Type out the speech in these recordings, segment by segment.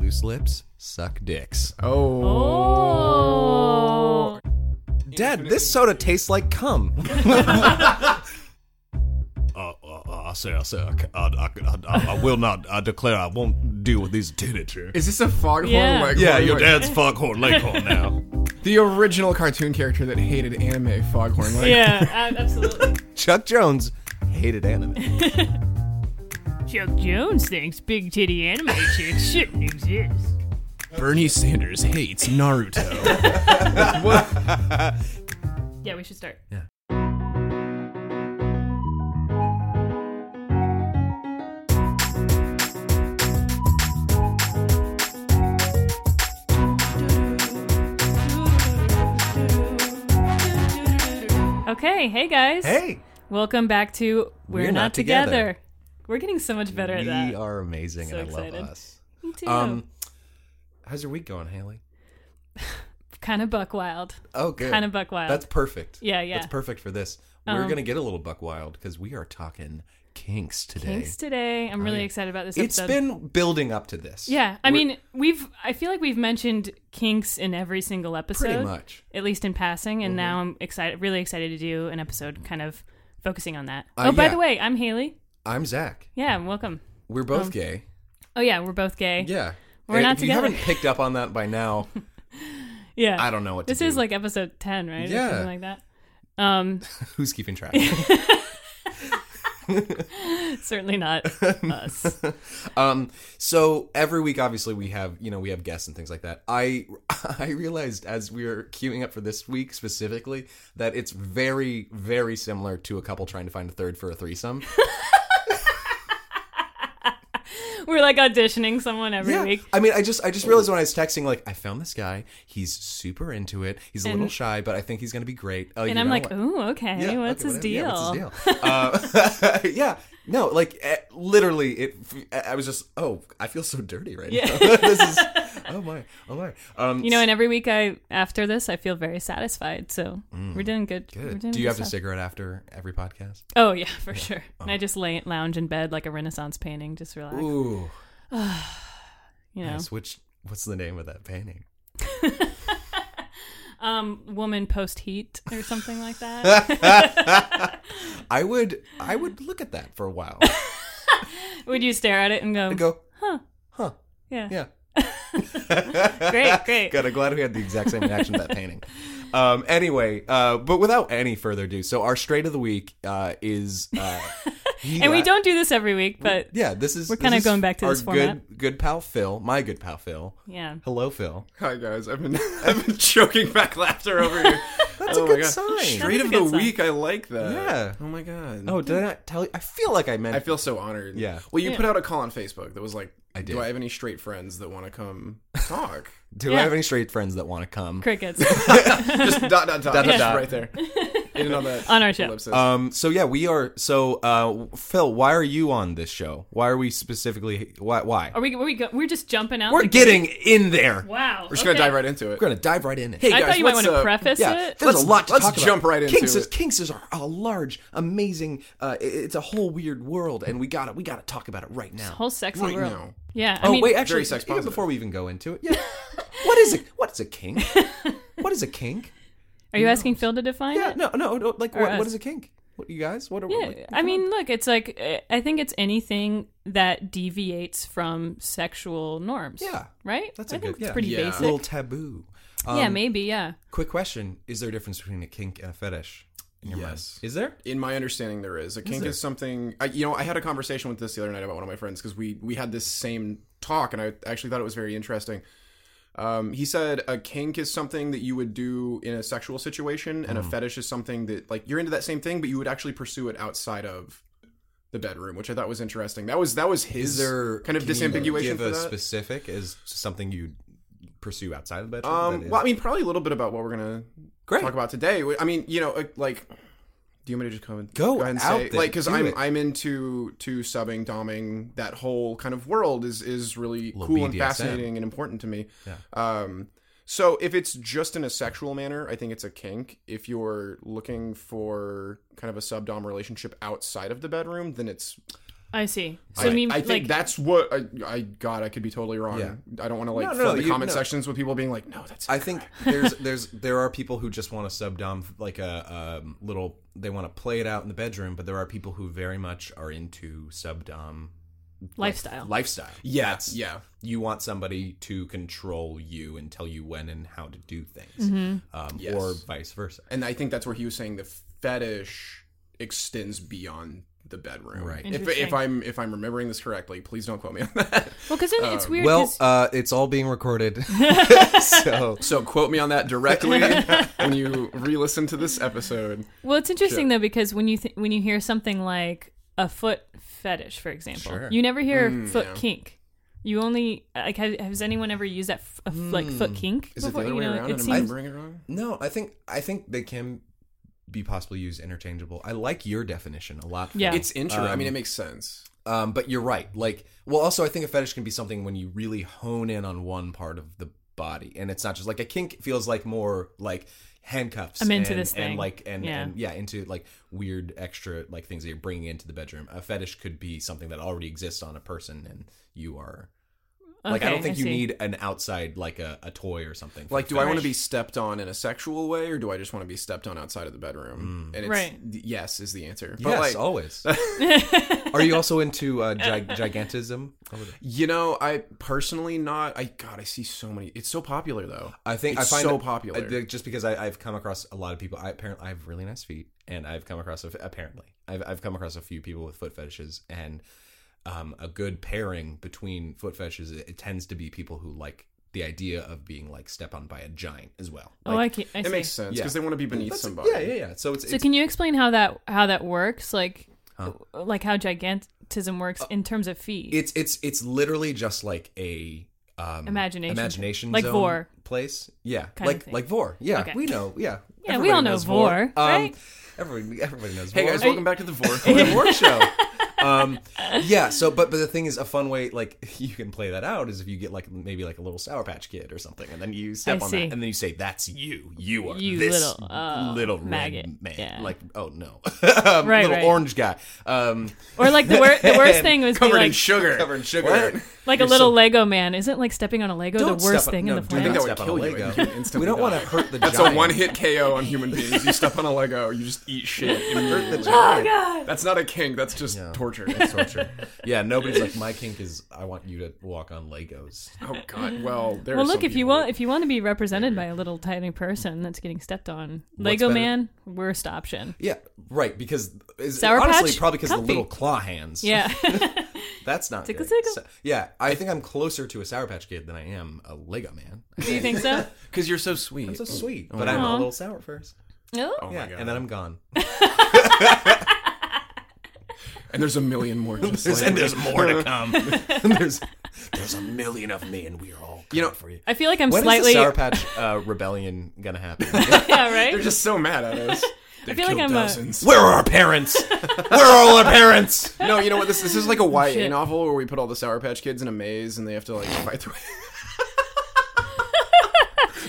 Loose lips suck dicks. Oh. Dad, this soda tastes like cum. Uh, uh, uh, I say, I say, I, ca- I, I, I, I will not. I declare, I won't deal with these tenantry. Is this a foghorn Oh Yeah. leghorn? Yeah, your Wait, dad's foghorn leghorn now. The original cartoon character that hated anime foghorn leghorn. Yeah, ab- absolutely. Chuck Jones hated anime. Chuck Jones thinks big titty anime chicks shouldn't exist. Bernie Sanders hates Naruto. Yeah, we should start. Okay, hey guys. Hey, Welcome back to We're, Not, Together. Together. We're getting so much better at we that. are amazing, So and I excited. love us. Me too. Um, how's your week going, Haley? kind of buck wild. Oh, good. Kind of buck wild. That's perfect. Yeah, yeah. Uh-huh. That's perfect for this. We're gonna get a little buck wild because we are talking kinks today. Thanks today. I'm really excited about this Oh, It's episode. been building up to this. Yeah, I mean, we've I feel like we've mentioned kinks in every single episode, pretty much. Mm-hmm. at least in passing. And now I'm excited, really excited to do an episode kind of focusing on that. Uh, oh, by yeah. the way, I'm Haley. I'm Zach. Yeah, welcome. We're both gay. Oh yeah, we're both gay. Yeah. We're And not if together. you haven't picked up on that by now, Yeah. I don't know what to This do. is like episode ten, right? Yeah. or something like that. Um, who's keeping track? certainly not us. um, so every week, obviously, we have you know we have guests and things like that. I I realized as we were queuing up for this week specifically that it's very very similar to a couple trying to find a third for a threesome. We're like auditioning someone every yeah, week. I mean, I just I just realized when I was texting, like I found this guy. He's super into it. He's a little And- shy, but I think he's gonna be great. Uh, you And I'm know like, what? ooh, okay, Yeah, what's, okay, his whatever. deal? Yeah, what's his deal? Uh, yeah, no, like eh, literally, it. I was just, oh, I feel so dirty right now. this is, oh my, oh my. Um, You know, and every week I after this, I feel very satisfied. So we're doing good. We're Mm. good. doing Do you good have a stuff. cigarette after every podcast? Oh yeah, for sure. And I just lay lounge in bed like a Renaissance painting, just relax. Ooh, you know, nice. Which, what's the name of that painting? um, woman post heat or something like that. I would, I would look at that for a while. Would you stare at it and go, I go, huh, huh, yeah, yeah. great, great. Good. I'm glad we had the exact same reaction to that painting. Um, anyway, uh, but without any further ado, so our straight of the week uh, is, uh, And we don't do this every week, but Yeah, this is. We're this kinda is going back to our this format. Good, good pal Phil, my good pal Phil. yeah, Hello, Phil. Hi guys, I've been I've been choking back laughter over here. That's a good sign. Straight That's a of good the sign. week, I like that. Yeah. Oh my god. Oh, did I not tell you? I feel like I meant. I feel so honored. Yeah. Well, you Yeah. put out a call on Facebook that was like, I did. Do I have any straight friends that want to come talk? do I Yeah. have any straight friends that want to come? crickets Just dot dot dot, Dot, dot, just dot. right there. In and on that on our show. ellipsis. Uh, Um. So yeah, we are. So, uh, Phil, why are you on this show? Why are we specifically? Why? Why? Are we? Are we go, we're just jumping out. We're the getting in there. gate. Wow. We're just gonna dive right into it. We're gonna dive right in. It. Hey I guys, thought you might what's want to up? preface Yeah, it. there's Let's- a lot to let's talk about. jump right into Kinks Is, it. Kinks is a, a large, amazing. Uh, it- it's a whole weird world, and we got to we got to talk about it right now. Whole sexy Right world. now. Yeah. I Oh mean, wait, actually, very sex even positive. before we even go into it, yeah. what is a what is a kink? what is a kink? are you asking Phil to define Yeah, it? no, no, no like what, us. what is a kink? What you guys? What are we? Yeah, Eh, I mean, look, it's like uh, I think it's anything that deviates from sexual norms. Yeah. right. That's I a think good- it's yeah. pretty Yeah. basic. little taboo. Um, yeah, maybe. Yeah, Quick question: Is there a difference between a kink and a fetish? In your Yes. Mind? Is there? In my understanding, there is a kink is, something. I, you know, I had a conversation with this the other night about one of my friends because we we had this same talk, and I actually thought it was very interesting. Um, he said a kink is something that you would do in a sexual situation, Hmm. and a fetish is something that like you're into that same thing, but you would actually pursue it outside of the bedroom, which I thought was interesting. That was that was Is his there kind of can you disambiguation Give for a that. specific is something you pursue outside of the bedroom. that um, is- well, I mean, probably a little bit about what we're gonna Great. talk about today. I mean, you know, like, do you want me to just come Go ahead and out say there, like because do I'm it. I'm into to subbing, doming that whole kind of world is is really Little cool and BDSM. fascinating and important to me. Um, so if it's just in a sexual manner, I think it's a kink. If you're looking for kind of a sub dom relationship outside of the bedroom, then it's I see. So I, I mean, I like, think that's what I, I. God, I could be totally wrong. Yeah. I don't want to like No, no, fill no, the you- comment no. sections with people being like, "No, that's." I think there's there's there are people who just want to sub dom like a um, little they want to play it out in the bedroom, but there are people who very much are into sub dom lifestyle. lifestyle. yeah, That's- yeah. you want somebody to control you and tell you when and how to do things, um, Yes. or vice versa. And I think that's where he was saying the fetish extends beyond the bedroom. Right. If, if Interesting. I'm if I'm remembering this correctly, please don't quote me on that. well, because it's weird. Well, 'cause- uh, it's all being recorded, so so quote me on that directly when you re-listen to this episode. well, it's interesting though because when you th- when you hear something like a foot fetish, for example, Sure. you never hear foot kink. You only like ha- has anyone ever used that f- a f- like Mm. foot kink? Is it the before? other you way know, around? It and seems am I remembering it wrong? no, I think I think they can be possibly used interchangeable. I like your definition a lot. for Yeah. It's interesting. I mean, it makes sense. Um, but you're right. Like, well, also I think a fetish can be something when you really hone in on one part of the body, and it's not just like a kink. Feels like more like handcuffs. I'm into and, this and thing. like and Yeah. and yeah, into like weird extra like things that you're bringing into the bedroom. A fetish could be something that already exists on a person, and you are like I Okay, don't think you see. need an outside like a, a toy or something. for Like, a do I want to fetish. be stepped on in a sexual way, or do I just want to be stepped on outside of the bedroom? And it's Right. Mm. yes oh. is the answer. But Yes, like, always. are you also into uh, gi- gigantism? you know, I personally not. I God, I see so many. It's so popular though. I think It's I find so that- popular. I think just because I, I've come across a lot of people. I apparently I have really nice feet, and I've come across a, apparently I've I've come across a few people with foot fetishes, and um, a good pairing between foot fetishes it, it tends to be people who like the idea of being like stepped on by a giant as well. Oh, I can. I it see. makes sense Yeah. because they want to be beneath That's- somebody. Yeah, yeah, yeah. So it's, So, it's can you explain how that how that works? Like, like how gigantism Uh, works in terms of feet. it's it's it's literally just like a um, Imagination. imagination Like zone Vor. place. Yeah, of like thing. like vor. Yeah, Okay. we know. Yeah, Yeah, we all Everybody know knows Um, Vor, right? Everybody, everybody knows. Hey vor. guys, welcome back to the Vork. the Vork show. Um, yeah. So, but but the thing is, a fun way like you can play that out is if you get like maybe like a little Sour Patch Kid or something, and then you step I on see. that, and then you say, "That's you. You are You this little, oh, little red maggot. man." Yeah. Like, oh no, um, Right, little right. orange guy. Um, or like the, wor- the worst thing was be covered in like sugar. covered in sugar. What? like a You're little so- Lego man. Isn't like stepping on a Lego Don't the worst step on- thing no, in the do planet? I not think that step would on a kill you. Lego. You would We instantly don't want to die. hurt the That's giant. a one hit KO on human beings. You step on a Lego, you just eat shit. immediately. Oh, That's not a kink, that's just torture. torture. Yeah, nobody's like my kink is I want you to walk on Legos. Oh god. Well, there Well, are look some if you people- want if you want to be represented by a little tiny person that's getting stepped on, Lego better- man, worst option. Yeah, right. Because is, Sour honestly, Patch? probably because the Comfy. little claw hands. Yeah, That's not Tickle, good. tickle. So- yeah, I think I'm closer to a Sour Patch Kid than I am a Lego Man. do you think so? Cuz you're so sweet. I'm so sweet, Oh but I'm a Aw. little sour first. No. Oh yeah, my god. and then I'm gone. And there's a million more just like And there's more to come. there's there's a million of me, and we're all You know- coming for you. I feel like I'm When is slightly the Sour Patch uh, Rebellion gonna happen? yeah right. They're just so mad at us. They feel like killed I'm a- dozens. Where are our parents? Where are all our parents? No, you know what? This this is like a YA Oh, Shit. novel where we put all the Sour Patch Kids in a maze and they have to like fight their way.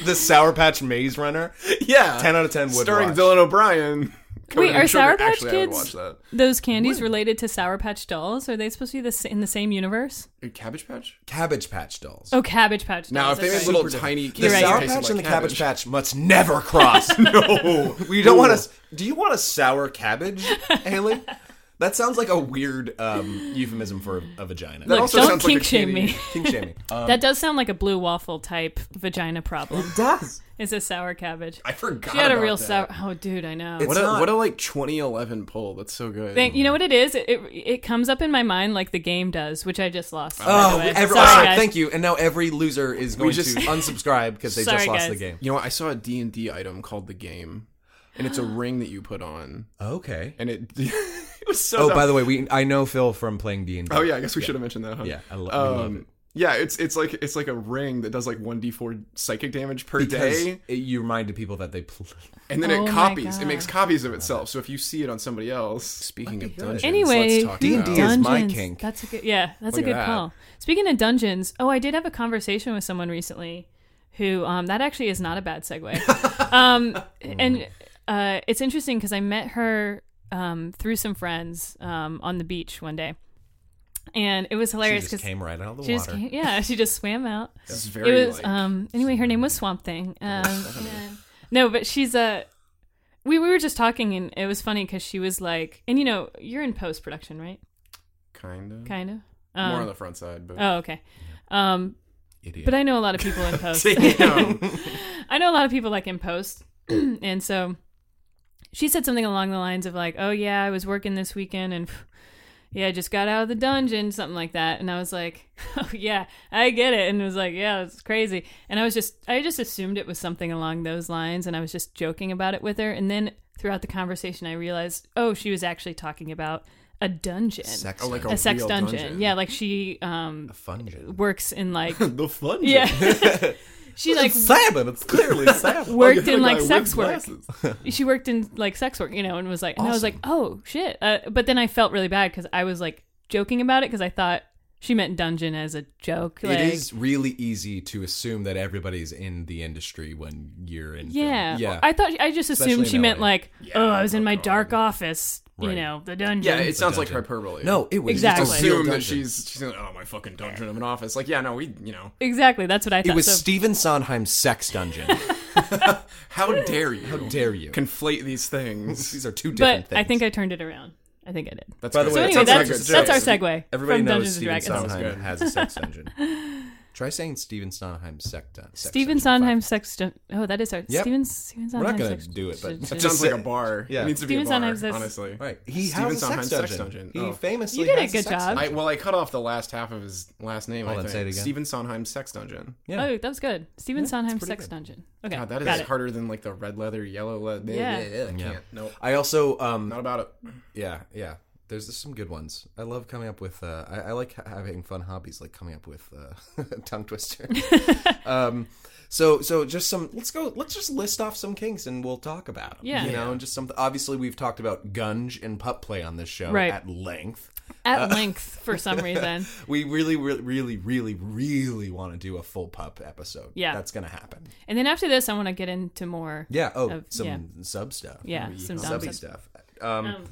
The Sour Patch Maze Runner. yeah, Ten out of ten would starring watch. Dylan O'Brien. Covered Wait, in are sugar. Sour Patch Actually, I would Kids watch that. those candies related to Sour Patch Dolls? Are they supposed to be the, s- in the same universe? Cabbage Patch? Cabbage Patch Dolls. Oh, Cabbage Patch Dolls. Now, if they that's made right. little tiny The kids, You're right, Sour you're Patch tasted and the like Cabbage Patch must never cross. no, we don't want to. Do you want a sour cabbage, Haley? That sounds like a weird um, euphemism for a, a vagina. Look, also don't sounds like a kink shame candy. me. King shaming. Um, that does sound like a blue waffle type vagina problem. does. It's a sour cabbage. I forgot. She had a about real that. sour. Oh, dude, I know. What It's a not- what a like 2011 pull. That's so good. Thank, you know what it is? It, it it comes up in my mind like the game does, which I just lost. by Oh, the way. every, Sorry, ah, guys. thank you. And now every loser is going just- to unsubscribe because they Sorry, just lost guys. the game. You know what? I saw a D and D item called the game, and it's a ring that you put on, Okay. and it it was so. Oh, dumb. by the way, we I know Phil from playing D and D. oh yeah, I guess we should have mentioned that. Huh? Um, Yeah, I lo- we love it. Yeah, it's it's like it's like a ring that does like one d four psychic damage per Because day, it- you reminded people that they. Pl- and then Oh it my copies. It God. makes copies of itself. So if you see it on somebody else, speaking of dungeons, Anyway, let's talk D&D about- is my Dungeons. kink. That's a good. Yeah, that's Look a at good that. call. Speaking of dungeons, oh, I did have a conversation with someone recently, who um, that actually is not a bad segue. um, Mm. and uh, it's interesting because I met her um, through some friends um, on the beach one day, and it was She hilarious just because came right out of the she just water. came, yeah, she just swam out. This is It very was like, um anyway, her name was Swamp Thing. Um, no, but she's a. We we were just talking and it was funny because she was like, and you know, you're in post production, right? kind of Kind of. Mm-hmm. more on Um, the front side, but oh, okay. Um, Idiot. but I know a lot of people in post. Damn. I know a lot of people like in post, and so she said something along the lines of like, "Oh yeah, I was working this weekend and." Yeah, I just got out of the dungeon, something like that, and I was like, "Oh yeah, I get it," and it was like, "Yeah, it's crazy." And I was just, I just assumed it was something along those lines, and I was just joking about it with her. And then throughout the conversation, I realized, oh, she was actually talking about a dungeon, sex. Oh, like dungeon. a sex real dungeon. dungeon. Yeah, like she um, a fungeon. works in like, the fun. yeah, she like salmon. It's clearly salmon. Oh, worked The in like guy sex with work. glasses. She worked in like sex work, you know, and was like, and I was like, oh shit. Uh, but then I felt really bad because I was like joking about it because I thought she meant dungeon as a joke. Like, It is really easy to assume that everybody's in the industry when you're in. film. Yeah. yeah. I thought I just assumed Especially she in meant LA. like, oh, I was in my dark office, you Right. know, the dungeon. Yeah, it sounds like dungeon. hyperbole. no, it was Exactly. just a real assume that dungeon. she's she's in oh my fucking dungeon of an office. Like yeah, no, we you know exactly. That's what I thought. It was So- Steven Sondheim's sex dungeon. how dare you? How dare you? conflate these things? These are two different but things. I think I turned it around. I think I did. That's By the good. way, So that anyway, sounds like that's, a that's our joke. segue everybody from knows Dungeons and Steven Dragons. Sondheim good. has a sex dungeon. Try saying Steven Sondheim sex dungeon. Steven Sondheim sex. dun- Oh, that is our Yep. Steven, Steven Sondheim. We're not gonna sex- do it, but- sh- It sh- sounds like a bar. Yeah. It needs to be a Steven bar, Sondheim says- honestly. Right. He Steven has a sex Sondheim's dungeon. sex dungeon. He Oh. famously You did has a good sex job. I, dungeon. well, I cut off the last half of his last name. Hold I on, think. say it again. Steven Sondheim Sex Dungeon. Yeah. Oh, that was good. Steven Sondheim sex dungeon. Okay, God, that is got it. harder than like the red leather, yellow leather. Yeah. I can't. Yeah. Nope. I also um Not about it. Yeah, yeah. There's just some good ones. I love coming up with. Uh, I, I like ha- having fun hobbies, like coming up with uh, tongue twister. um, so, so just some. Let's go. Let's just list off some kinks, and we'll talk about them. Yeah. you know, and just something. Obviously, we've talked about gunge and pup play on this show Right. at length. At Uh, length, for some reason. We really, really, really, really, really want to do a full pup episode. Yeah. that's gonna happen. And then after this, I want to get into more. Yeah. Oh, Of- some yeah. sub stuff. Yeah, some dumb subby stuff. stuff. Um, Um,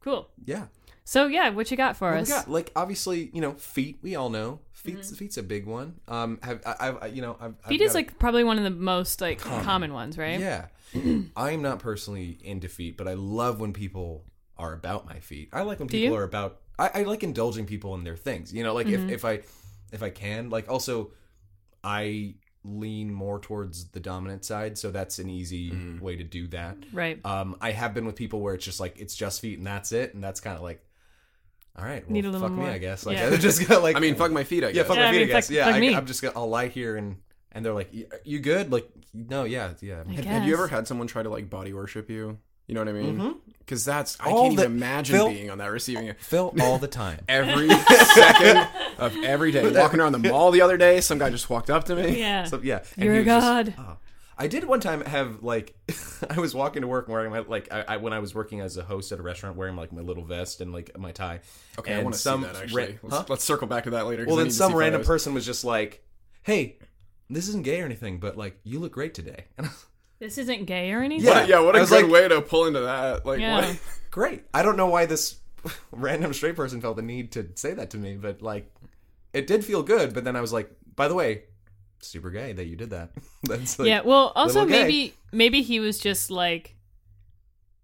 cool. yeah. So yeah, what you got for Well, us? Mm-hmm. we got, like obviously, you know, feet. We all know feet's feet's a big one. Um, have I, I've I- you know I've, Feet I've is got a- like probably one of the most like common ones, right? yeah. I am not personally into feet, but I love when people are about my feet. I like when people you? Mm-hmm. are about. I, I like indulging people in their things. You know, like if, if I if I can, like also I lean more towards the dominant side, so that's an easy way to do that. Right. Um, I have been with people where it's just like it's just feet and that's it, and that's kind of like, all right, well, Need a little fuck more. me, I guess. Like Yeah. they're just gonna like, I mean, fuck my feet. I yeah, guess. fuck Yeah, my I feet, I, mean, fuck- guess. yeah, fuck I, me. am just gonna, I'll lie here and and they're like, "Y- you good? Like, no, yeah, yeah. I Have you guess. ever had someone try to like body worship you? You know what I mean? mm-hmm. Because that's I Mm-hmm. All can't the- even imagine Phil- being on that receiving end. Phil all the time. every second of every day. Walking around the mall the other day, some guy just walked up to me. Yeah. So yeah, and You're he a was just- god. oh. I did one time have like, I was walking to work wearing my like I, I when I was working as a host at a restaurant wearing like my little vest and like my tie. Okay, I and want to see that actually. ra- let's, huh? let's circle back to that later. 'cause Well, I then need to some see random photos. person was just like, "Hey, this isn't gay or anything, but like, you look great today." And I was This isn't gay or anything. Yeah. Yeah, what I a was good like- way to pull into that. Like, Yeah. what? like, great. I don't know why this random straight person felt the need to say that to me, but like, it did feel good. But then I was like, by the way, super gay that you did that. That's like, yeah. Well, also little gay. maybe maybe he was just like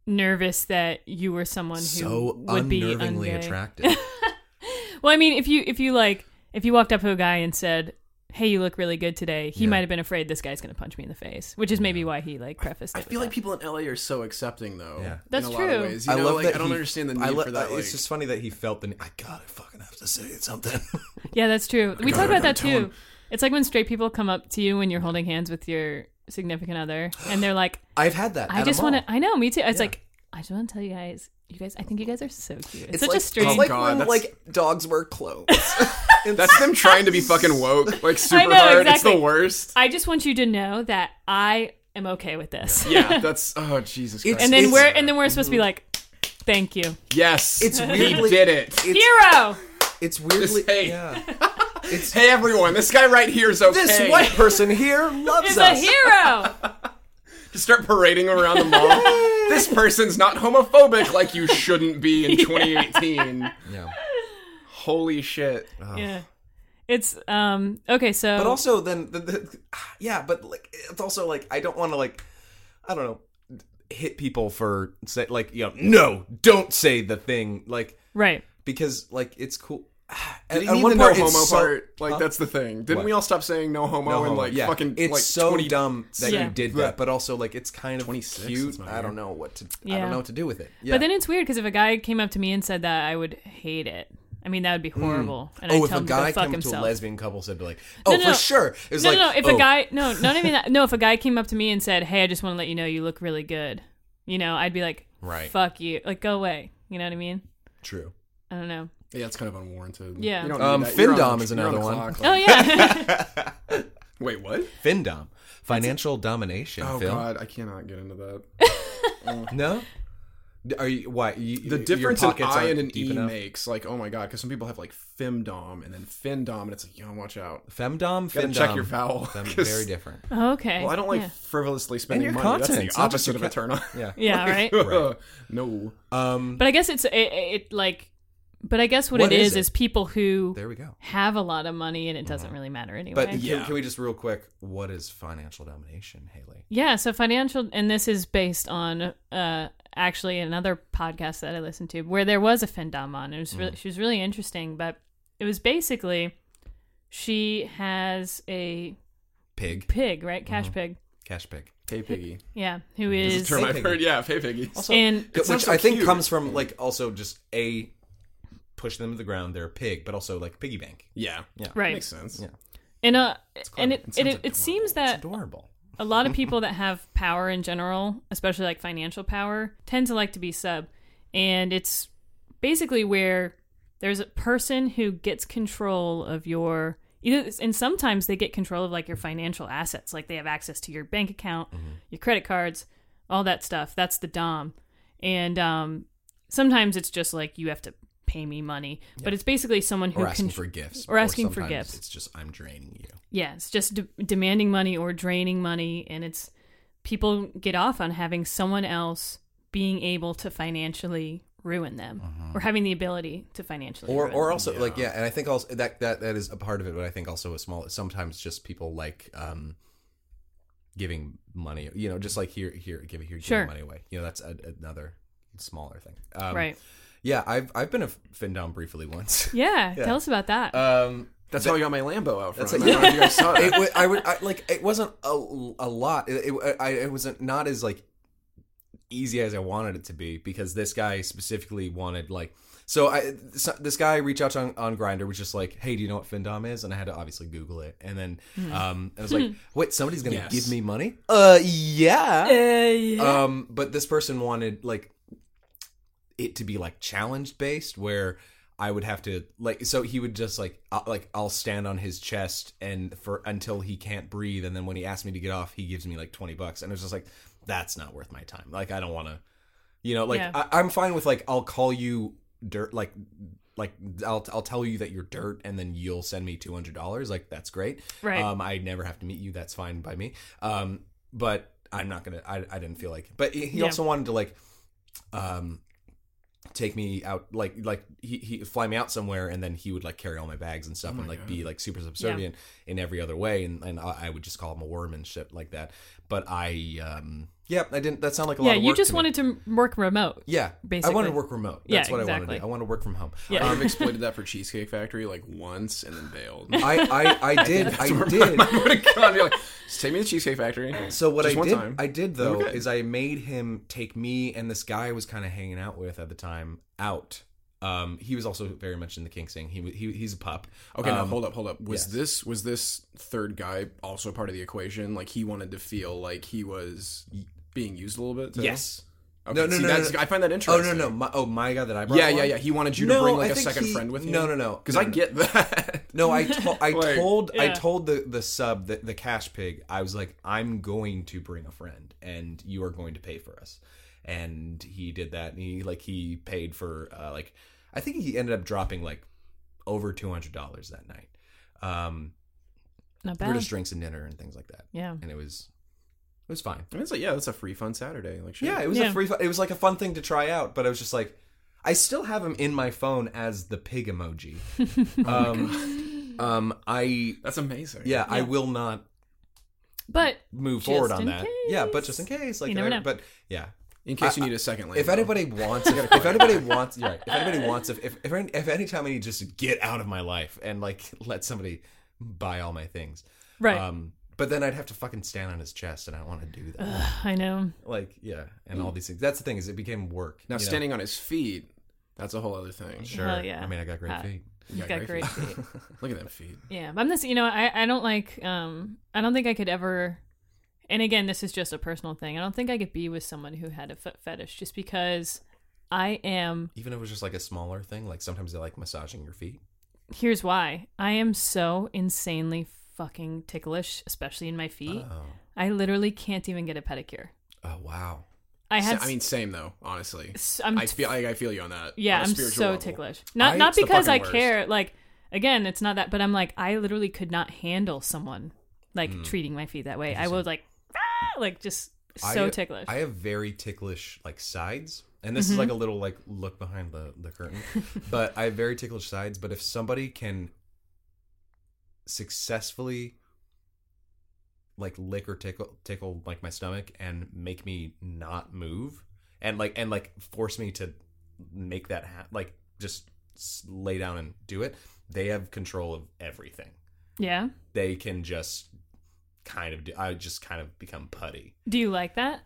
nervous that you were someone who so would be unnervingly ungay. attractive. Well, I mean, if you if you like if you walked up to a guy and said, "Hey, you look really good today," he might have been afraid this guy's going to punch me in the face, which is maybe why he like prefaced. I it with feel like that. people in LA are so accepting, though. Yeah. That's in a Lot of true. ways. You know, like, I don't he- understand the need I lo- for that. uh, Like, It's just funny that he felt the. ne- I gotta fucking have to say something. yeah, that's true. We talk gotta about that tell him. too. It's like when straight people come up to you when you're holding hands with your significant other, and they're like, I've had that. "I at a just want mall. to." I know, me too. I was like, "I just want to tell you guys." You guys, I think you guys are so cute. It's, such like, a strange. It's like Oh, when God, that's- like dogs wear clothes. It's- that's them trying to be fucking woke, like super know, hard. It's exactly. the worst. I just want you to know that I am okay with this. Yeah, that's oh Jesus Christ. and It's- then Mm-hmm. we're and then we're supposed to be like, thank you, yes, It's he weirdly- did it. hero. It's weirdly Just hey. yeah. Hey everyone, this guy right here is okay. This white person here loves It's a us. hero. Just start parading around the mall. this person's not homophobic like you shouldn't be in 2018. Yeah. Holy shit. Uh, Yeah. It's um okay, so Oh. But also, then, the, the, yeah, but like, it's also like I don't want to like, I don't know, hit people for say like, you know, no, don't say the thing like right. because like it's cool. Did he At need one the part, no it's homo so- part? Like Huh? that's the thing. Didn't What? we all stop saying no homo No and homo, like yeah. fucking It's like so 20 dumb that Yeah. you did Yeah. that, but also like it's kind of 26, it's cute. not I don't even- know what to. I Yeah. don't know what to do with it. Yeah. But then it's weird because if a guy came up to me and said that, I would hate it. I mean, that would be horrible. And oh, I'd if tell a him guy to go fuck came up to a himself. lesbian couple said, be like, oh, no, for no. sure. It was no, like, no, no. If oh, a guy, no, not even that. No, if a guy came up to me and said, "Hey, I just want to let you know you look really good," you know, I'd be like, Right. fuck you, like go away." You know what I mean? true. I don't know. Yeah, it's kind of unwarranted. Yeah. You don't Um, need that. You're on Findom the- is you're on another the one. clock, Oh like- yeah, Wait, what? Findom, financial domination. Oh Phil. god, I cannot get into that. No. D- Are you why you, The your difference an pockets I aren't and an deep E enough? makes like oh my god, because some people have like femdom and then findom, and it's like yo, watch out. femdom, Gotta findom. check your vowel. Them 'cause- very different. Oh, okay. Well, I don't like Yeah, frivolously spending your money. content, That's it's the not just opposite of your a turn on. Yeah. Yeah, right. no. Um. But I guess it's it, it like, but I guess what, What it is is it? is people who There we go. have a lot of money and it doesn't really matter anyway. But Yeah. can, can we just real quick? What is financial domination, Haley? Yeah, so financial, and this is based on uh, actually another podcast that I listened to where there was a Fendom on. It was really, Mm. she was really interesting, but it was basically she has a Pig, pig, right? Cash pig. cash pig. Hey piggy. Yeah, who It's Mm-hmm. a is term Hey, I've piggy. heard. Yeah, hey piggy. and It sounds which so I think cute. comes from like also just a push them to the ground. They're a pig, but also like piggy bank. Yeah. right Makes sense. Yeah. and uh and it It it, sounds it, it seems that It's adorable. a lot of Mm-hmm. people that have power in general, especially like financial power, tend to like to be sub. And it's basically where there's a person who gets control of your either and sometimes they get control of like your financial assets, like they have access to your bank account, Mm-hmm. your credit cards, all that stuff. That's the dom. And um sometimes it's just like you have to pay me money, but it's basically someone who Or asking can for gifts. or asking for sometimes gifts. It's just I'm draining you. yeah, it's just de- demanding money or draining money, and it's people get off on having someone else being able to financially ruin them Mm-hmm. or having the ability to financially Or ruin or them. also like yeah, and I think also that that that is a part of it. But I think also a small sometimes just people like um giving money. You know, just like here here give it here Sure. give money away. You know, that's a, another smaller thing. Um, right. Yeah, I've I've been a findom briefly once. Yeah, tell us about that. Um, That's how I got my Lambo out front. That's I don't know if you guys saw it it. wa- I would I, like it wasn't a, a lot. It, it, I, it wasn't not as like easy as I wanted it to be because this guy specifically wanted like so I so this guy reached out to on, on Grinder was just like hey do you know what FinDom is and I had to obviously Google it and then um I was like wait somebody's gonna Yes. give me money uh yeah yeah. um but this person wanted like it to be like challenge based where I would have to like so he would just like uh, like I'll stand on his chest and for until he can't breathe and then when he asks me to get off he gives me like 20 bucks and it's just like that's not worth my time like I don't want to you know like Yeah. I, I'm fine with like I'll call you dirt like like I'll I'll tell you that you're dirt and then you'll send me two hundred dollars like that's great Right. um I never have to meet you that's fine by me um but I'm not gonna I I didn't feel like but he he Yeah. also wanted to like um take me out like like he he fly me out somewhere and then he would like carry all Oh my bags and stuff and like be like super subservient in every other way and, and I, I would just call him a worm and shit like that but I um yeah I didn't that sounded like a lot yeah, of you work just to me. wanted to work remote. Yeah, I want Basically. to work remote. Yeah, That's what I want to exactly. do. I want to work from home. Um, Yeah. I've exploited that for Cheesecake Factory like once and then bailed. I, I, I did. I did. I would have gone be like, just take me to Cheesecake Factory. So what Just I one did, time. I did though, Okay. is I made him take me and this guy I was kind of hanging out with at the time out. Um, he was also very much in the kink thing. He, wa- he he's a pup. Okay, now Um, hold up, hold up. Was yes. this was this third guy also part of the equation? Like he wanted to feel like he was being used a little bit. Too? yes. Okay, No, no, see, no, that's, no. I find that Oh interesting. no no my, oh my god that I brought Yeah, yeah, along? yeah. He wanted you to No, bring I like a think second he- friend with you. no, no, no. Because No, I no, no. get that. No, I told I Like- told I Yeah. told the the sub the, the cash pig. I was like, I'm going to bring a friend, and you are going to pay for us. And he did that, and he like he paid for uh, like I think he ended up dropping like over two hundred dollars that night. Um, Not for bad. just drinks and dinner and things like that, yeah. and it was it was fine. I mean, it's like yeah, that's a free fun Saturday. Like shit. Yeah, it was Yeah. a free. It was like a fun thing to try out, but I was just like, I still have him in my phone as the pig emoji. Oh um, um, I That's amazing. yeah, I will not But move Just forward on in that. case. Yeah, but just in case, like, You never I- know. but yeah. In case you need a second lane. If anybody wants, if anybody wants, you're right. If anybody wants, if if if any, if any time I need just to get out of my life and like let somebody buy all my things, right, Um, but then I'd have to fucking stand on his chest, and I don't want to do that. I know. Like, yeah, and Mm. all these things. That's the thing is, it became work. now you know? standing on his feet, that's a whole other thing. Sure. Hell yeah. Uh. I mean, I got great Hot. feet. You've got great. feet. Look at them feet. Yeah, but I'm this. You know, I I don't like. Um, I don't think I could ever. And again, this is just a personal thing. I don't think I could be with someone who had a foot fetish, just because I am. Even if it was just like a smaller thing, like sometimes they like massaging your feet. Here's why I am so insanely fucking ticklish, especially in my feet. Uh. Oh, I literally can't even get a pedicure. oh wow. I Sa- had. I mean, same though. Honestly, s- I'm I feel I, I feel you on that. Yeah, on a I'm spiritual so level. ticklish. Not I- not it's the because I fucking worst. care. Like again, it's not that, but I'm like I literally could not handle someone like Mm. treating my feet that way. I would like "Ah!" like just so I- ticklish. I have very ticklish like sides, and this is like a little like look behind the the curtain. but I have very ticklish sides. But if somebody can successfully like lick or tickle tickle like my stomach and make me not move and like and like force me to make that ha- like just s- lay down and do it they have control of everything yeah. they can just kind of do i just kind of become putty Do you like that?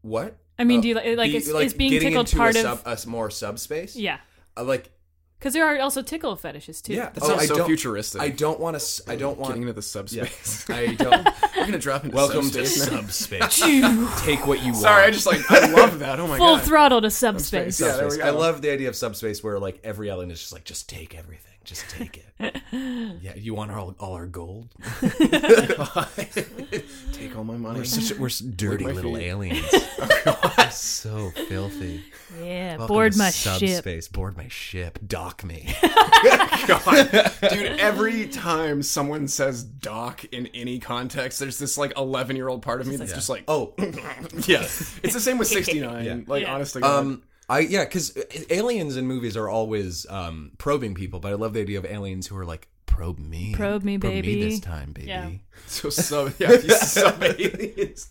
what? I mean, Uh, do you li- like, be- is, is being getting tickled into part a of? sub, a s- more subspace? yeah, Uh, like because there are also tickle fetishes too. yeah. That sounds Oh, I so don't- futuristic. I don't want to. I don't Getting want. into the Yeah. subspace. I don't. We're gonna drop into Welcome to subspace now. subspace. Phew, Take what you want. Sorry, I just like I love that. Oh my Full god. throttle to subspace. Yeah, there we Subspace. go. I love the idea of subspace where like every island is just like just take everything, just take it. yeah, you want all, all our gold? Take all my money. We're such we're s- dirty my little feet. aliens. so filthy. Yeah, Welcome board to my ship. subspace. Board my ship. Dock me. Dude, every time someone says doc in any context, there's this like 11 year old part of me that's just like, Oh, yeah. It's the same with 69. Yeah. Like, Yeah. honestly, Um, I yeah, because aliens in movies are always um, probing people, but I love the idea of aliens who are like probe me, Probe me, baby." this time, baby. Yeah. so sub, yeah, these sub aliens.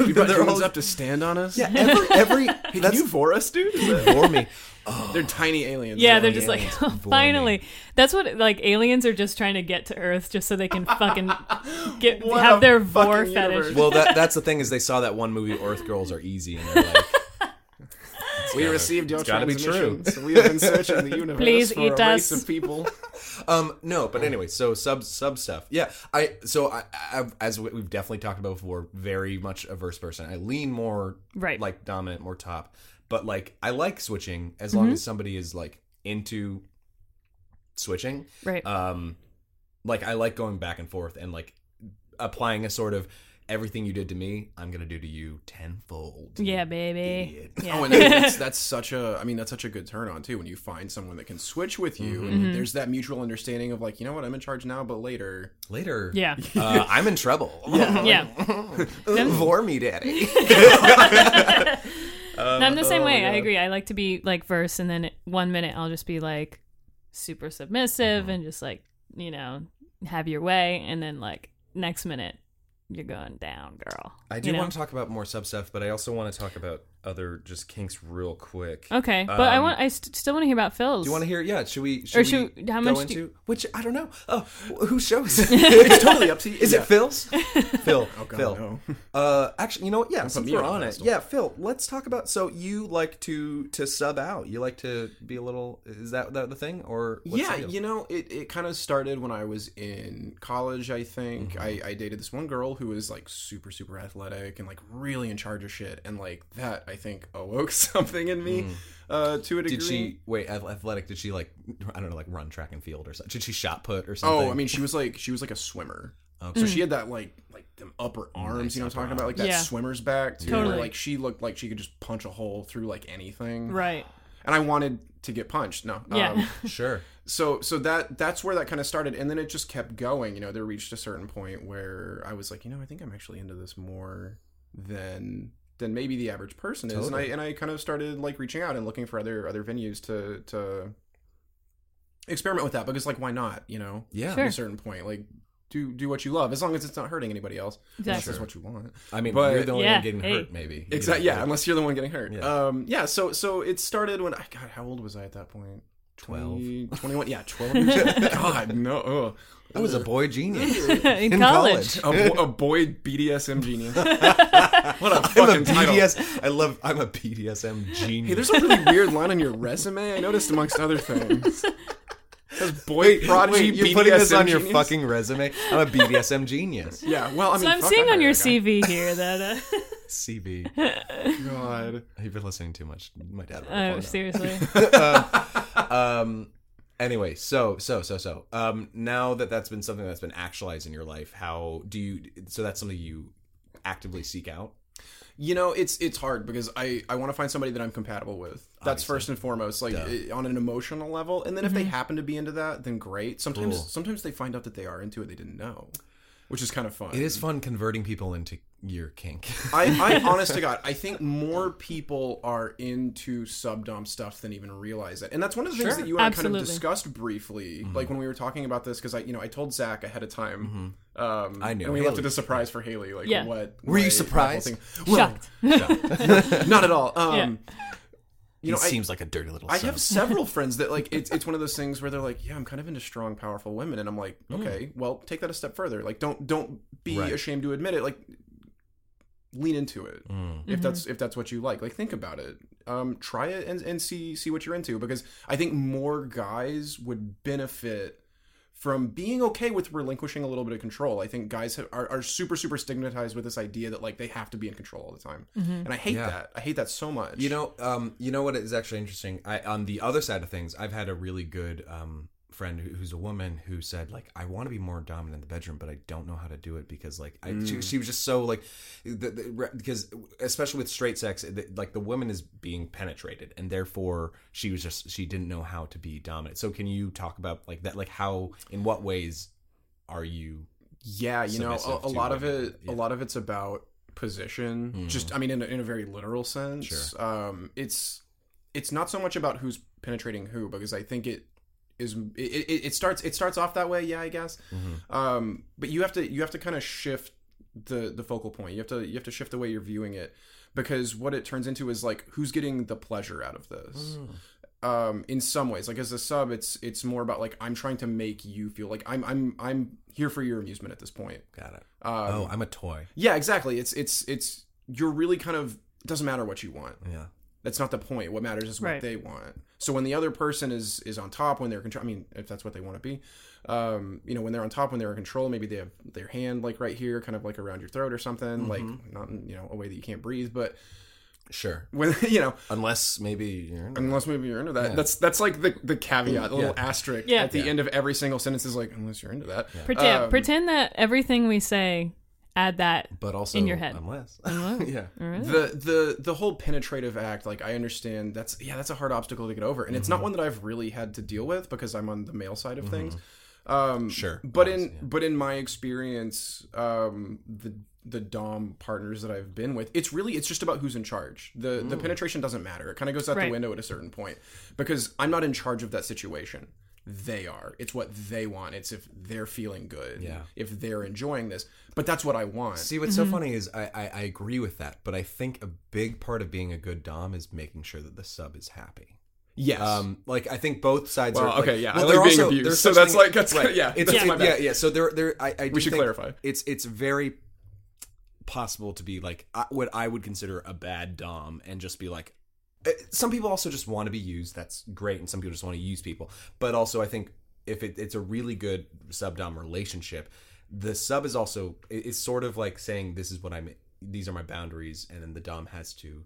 You brought They're humans all- up to stand on us? Yeah, every every Hey, can that's you vor us, dude? Is that- for me. They're tiny aliens. Yeah, they're Yeah. just like aliens bore finally. That's what like aliens are just trying to get to Earth just so they can fucking get What a have their vor fucking universe. fetish. Well, that that's the thing is they saw that one movie Earth Girls Are Easy, and they're like, We received your it's gotta be true. transmissions. We have been searching the universe Please for eat a us. race of people. um, no. Oh. But anyway, so sub sub stuff. Yeah, I so I, I as we- we've definitely talked about before, very much averse person. I lean more Right. like dominant, more top. But like I like switching as Mm-hmm. long as somebody is like into switching. right. um like i like going back and forth and like applying a sort of everything you did to me i'm gonna do to you tenfold you yeah, baby. idiot. Yeah. Oh, and that's, that's such a. I mean, that's such a good turn on too. When you find someone that can switch with you, Mm-hmm. and there's that mutual understanding of like, you know what, I'm in charge now, but later, later yeah. uh, i'm in trouble Yeah. for me daddy No, I'm the uh, same way. I agree. I like to be like verse, and then one minute I'll just be like super submissive Uh-huh. and just like you know have your way, and then like next minute you're going down, girl. i do You know? want to talk about more sub stuff but i also want to talk about other just kinks real quick Okay, but I want. I st- still want to hear about Phil's. Um, do you want to hear? Yeah, should we? Should Or we should- how go much do into you- which I don't know. Oh, wh- who shows? it's totally up to you. Is Yeah. it Phil's? Phil. Oh God, Phil. no. Uh, actually, you know what? Yeah, since me we're on on the it, pedestal. yeah, Phil. Let's talk about. So you like to to sub out? You like to be a little? Is that the, the thing? Or what's yeah, the deal? you know, it, it kind of started when I was in college. I think I, I dated this one girl who was like super super athletic and like really in charge of shit, and like that I think awoke something in me uh, to a degree. did she wait ath- athletic? Did she like I don't know like run track and field or something? Did she shot put or something? Oh, um, I mean, she was like she was like a swimmer. Okay. So she had that like like them upper arms, you know what I'm talking about? Like that Mm. Yeah. swimmer's back too. Totally. Where like she looked like she could just punch a hole through like anything. Right. And I wanted to get punched. No. Yeah. Um, sure. so so that that's where that kind of started and then it just kept going, you know, there reached a certain point where I was like, you know, I think I'm actually into this more than than maybe the average person is. Totally. And I and I kind of started like reaching out and looking for other other venues to to experiment with that because like why not? You know, Yeah. at Sure. a certain point, like do do what you love as long as it's not hurting anybody else. Unless Exactly. that's what you want. I mean, But- you're the only Yeah, one getting hey. hurt, maybe. You Exactly. know, Yeah, unless you're the one getting hurt. Yeah. Um, yeah. So so it started when I God, how old was I at that point? 12. 20, 21. Yeah, twelve. Years old. God no. ugh. I was a boy genius. in, In college. Oh, college. A, bo- a boy BDSM genius. what a I'm a fucking title. BDS. I love. I'm a BDSM genius. Hey, there's a really weird line on your resume. I noticed amongst other things. It says boy prodigy. Wait, you're BDSM putting this on your genius? fucking resume. I'm a BDSM genius. Yeah. Well, I mean, So I'm fuck, seeing I on your hired CV here that uh, CB. a guy. God. You've been listening too much. My dad. would oh, have found seriously. out. um. Anyway, so so so so. Um. Now that that's been something that's been actualized in your life, how do you? So that's something you actively seek out. You know, it's it's hard because I I want to find somebody that I'm compatible with. That's first and foremost, like eh, on an emotional level. And then Mm-hmm. if they happen to be into that, then great. Sometimes Cool. sometimes they find out that they are into it they didn't know, which is kind of fun. It is fun converting people into your kink. I, I honest to God, I think more people are into sub dom stuff than even realize it, and that's one of the things that you and I kind Absolutely. of discussed briefly, Mm-hmm. like when we were talking about this, because I, you know, I told Zach ahead of time. Um, Mm-hmm. I knew. and we left Haley. it a surprise for Haley. Like, Yeah. what Were you my- my whole surprised? thing- Shocked. Not at all. Um, You know, he I, seems like a dirty little. I son. have several friends that like it's it's one of those things where they're like, yeah, I'm kind of into strong, powerful women, and I'm like, okay, well, take that a step further. Like, don't don't be Mm. Right. ashamed to admit it. Like, lean into it Mm. if that's if that's what you like. Like, think about it. Um, try it and and see see what you're into because I think more guys would benefit from being okay with relinquishing a little bit of control. I think guys have, are, are super super stigmatized with this idea that like they have to be in control all the time, and I hate Yeah. that. I hate that so much. You know, um, you know what is actually interesting. I on the other side of things, I've had a really good um, friend who, who's a woman who said like, I want to be more dominant in the bedroom, but I don't know how to do it because like I, she, she was just so like, the, the, re- because especially with straight sex, the, like the woman is being penetrated, and therefore she was just she didn't know how to be dominant. So can you talk about like that, like how in what ways are you? Yeah, you know, submissive a, a to lot of women, it, yeah. a lot of it's about position. Just, I mean, in a, in a very literal sense. Sure. Um, it's it's not so much about who's penetrating who because I think it is. It, it, it starts it starts off that way. Yeah, I guess. Mm-hmm. Um, but you have to you have to kind of shift the the focal point. You have to you have to shift the way you're viewing it because what it turns into is like who's getting the pleasure out of Mm-hmm. this um in some ways like as a sub it's it's more about like i'm trying to make you feel like i'm i'm i'm here for your amusement at this point Got it. um, Oh, I'm a toy. yeah exactly it's it's it's you're really kind of it doesn't matter what you want Yeah. that's not the point what matters is what Right. they want so when the other person is is on top when they're control i mean if that's what they want to be um you know when they're on top when they're in control maybe they have their hand like right here kind of like around your throat or something like not in, you know a way that you can't breathe but Sure. when you know Unless maybe you're. into Unless maybe you're into that. That's that's like the the caveat, the little asterisk Yeah. at the end of every single sentence is like, unless you're into that. Um, Pretend, pretend that everything we say, add that. but also In your head. Unless. Yeah. The the the whole penetrative act, like I understand that's yeah, that's a hard obstacle to get over. And it's Mm-hmm. not one that I've really had to deal with because I'm on the male side of things. Um Sure. but in but in my experience, um the the dom partners that I've been with, it's really it's just about who's in charge. The the Mm. penetration doesn't matter. It kind of goes out the Right. window at a certain point because I'm not in charge of that situation. They are. It's what they want. It's if they're feeling good. Yeah. If they're enjoying this. But that's what I want. See, what's Mm-hmm. so funny is I, I, I agree with that, but I think a big part of being a good dom is making sure that the sub is happy. yes. Um, like I think both sides Well, are like- okay, yeah, I Well, like they're being also- abused, there's so such that's thing- like- that's- yeah, it's, that's it- my bad. yeah, yeah. So there, there. I, I do should think clarify. It's it's very possible to be like I- what I would consider a bad dom and just be like. eh, Some people also just want to be used. That's great, and some people just want to use people. But also, I think if it, it's a really good sub dom relationship, the sub is also it- it's sort of like saying this is what I'm. These are my boundaries, and then the dom has to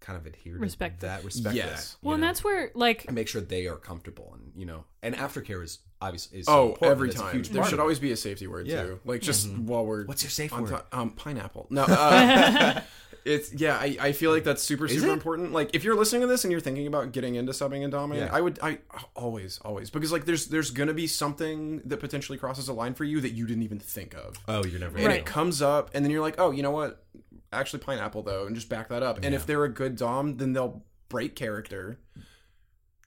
kind of adhere to Respect that. that. Respect Yes. that. you Well, and know? that's where, like, and make sure they are comfortable and you know and aftercare is obviously is so Oh, important. every That's a time. huge There part should of it. always be a safety word Yeah. too. Like just while we're what's your safe on word ti- um pineapple. No, uh, it's yeah. I, I feel like that's super super important. Like if you're listening to this and you're thinking about getting into subbing and doming, Yeah. I would I always always because like there's there's gonna be something that potentially crosses a line for you that you didn't even think of, oh you're never and right it comes up, and then you're like, oh, you know what? actually pineapple though, and just back that up. And if they're a good dom, then they'll break character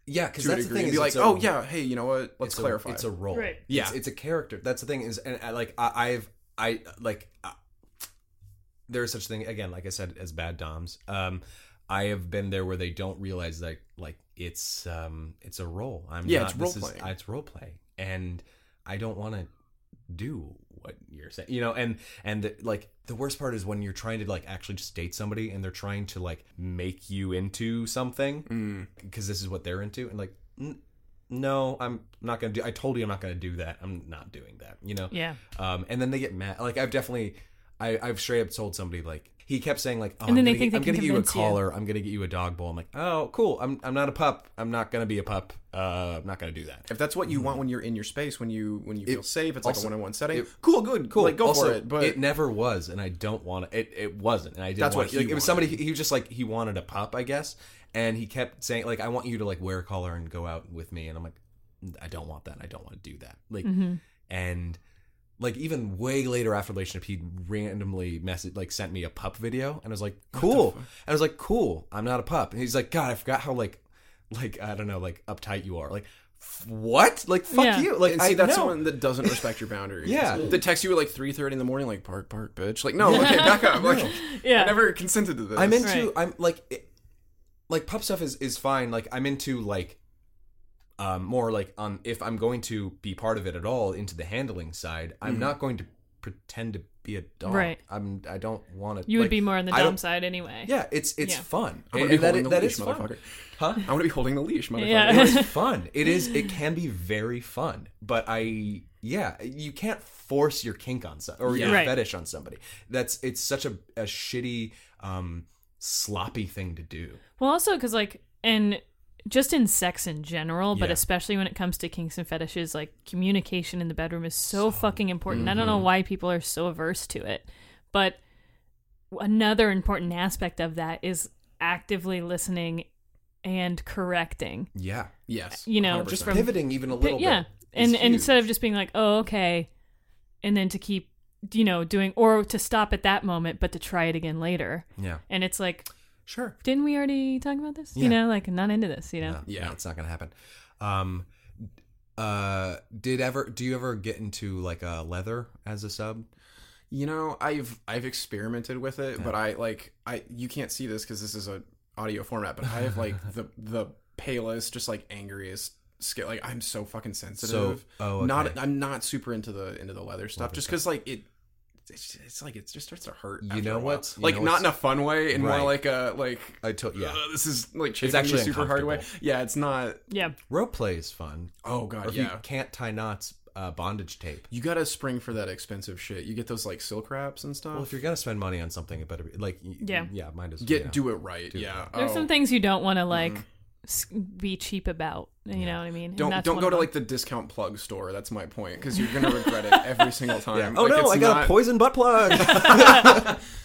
Yeah, because to a that's the degree. thing. And Is be like, it's a- oh yeah, hey, you know what? Let's it's a- clarify. it's a role. Right. Yeah, Yeah. it's, it's a character. That's the thing is, and I, like I, I've I like uh, there is such thing again. Like I said, as bad doms. Um, I have been there where they don't realize that like it's um it's a role. I'm Yeah, not, it's role this is- playing. It's role play, and I don't want to do what you're saying you know and and the, like the worst part is when you're trying to like actually just date somebody and they're trying to like make you into something because this is what they're into and like n- no i'm not gonna do i told you i'm not gonna do that i'm not doing that you know Yeah. um and then they get mad like i've definitely i i've straight up told somebody like he kept saying like oh, And then I'm they gonna get, think they I'm can gonna get you a convince you. collar i'm gonna get you a dog bowl i'm like oh cool i'm i'm not a pup i'm not gonna be a pup uh i'm not gonna do that if that's what you want when you're in your space, when you when you feel safe, it's like a Mm-hmm. also- one-on-one setting. it- cool, good, cool. Like go also, for it. But it never was, and I don't want it. It, it wasn't, and I didn't. That's want what it. Like, he it was. wanted. Somebody he was just like he wanted a pup, I guess, and he kept saying like I want you to like wear a collar and go out with me, and I'm like "Mm, I don't want that. I don't want to do that. Like and like even way later after relationship, he randomly messaged like sent me a pup video, and I was like cool. And I was like cool. I'm not a pup, and he's like God, I forgot how like like I don't know like uptight you are. Like f- what? Like fuck Yeah. you. Like and I see, that's know. the one that doesn't respect your boundaries. Yeah. They text you at like 3.30 in the morning, like, bark, bark, bitch. Like, no, okay, back up. Like, Yeah. I never consented to this. I'm into Right. I'm like it, like pup stuff is is fine. Like I'm into like um more like on if I'm going to be part of it at all into the handling side, I'm not going to pretend to be a dog. Mm. Right. I'm I don't want to You would be more on the I dom don't- side anyway. Yeah, it's it's Yeah. fun. And I'm gonna be that holding i- the that leash, is fun. motherfucker. Huh? I want to be holding the leash, motherfucker. Yeah. It is fun. It is it can be very fun. But I yeah, you can't force your kink on some or your Right. fetish on somebody. That's it's such a, a shitty um sloppy thing to do. Well, also because like and just in sex in general, but Yeah. especially when it comes to kinks and fetishes, like communication in the bedroom is so, fucking important. I don't know Mm-hmm. why people are so averse to it, but another important aspect of that is actively listening and correcting. Yeah. Yes. You know, 100%. just from- pivoting even a little But yeah, bit. is and and huge. instead of just being like, oh okay, and then to keep you know doing or to stop at that moment, but to try it again later. yeah, And it's like, sure, didn't we already talk about this? Yeah. You know, like not into this. You know, no, Yeah. no, it's not gonna happen. Um, uh, did ever do you ever get into like a leather as a sub? You know, I've I've experimented with it, but I like I you can't see this because this is a audio format, but I have like the the palest, just like angriest skin. Like I'm so fucking sensitive. oh, okay. not I'm not super into the into the leather stuff, just because like it. It's, it's like it just starts to hurt. You after know a while. what's- you Like know not what's- in a fun way, and Right. more like a like. I told yeah, "Ugh, this is like chafing actually me super hard way. uncomfortable. Yeah, it's not. yeah. rope play is fun. Oh Or god, if yeah. you can't tie knots, uh, bondage tape. You gotta spring for that expensive shit. You get those like silk wraps and stuff. Well, if you're gonna spend money on something, it better be like y- Yeah. yeah, mine is get yeah. do it right. yeah. There's Oh. some things you don't want to like s- be cheap about. You know what I mean? And Don't that's don't one go of to them. like the discount plug store. That's my point because you're gonna regret it every single time. Oh Like, no, it's I got not- a poison butt plug.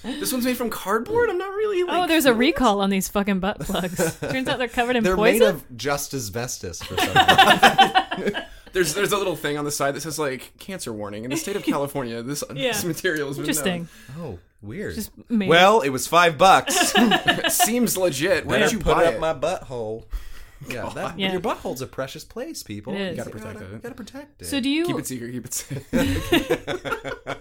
This one's made from cardboard. I'm not really. Like, oh, there's a recall on these fucking butt plugs. Turns out they're covered in They're poison. made of just asbestos for some reason. There's there's a little thing on the side that says like cancer warning. In the state of California, this, Yeah. this material has been known. Interesting. oh, weird. Just made of- well, it was five bucks. Seems legit. Where did Better you put buy up it? my butthole. Yeah, that, Yeah. your butthole's a precious place, people. It is. You gotta You gotta protect it. You gotta protect protect it. it. So do you? Keep it secret. Keep it secret.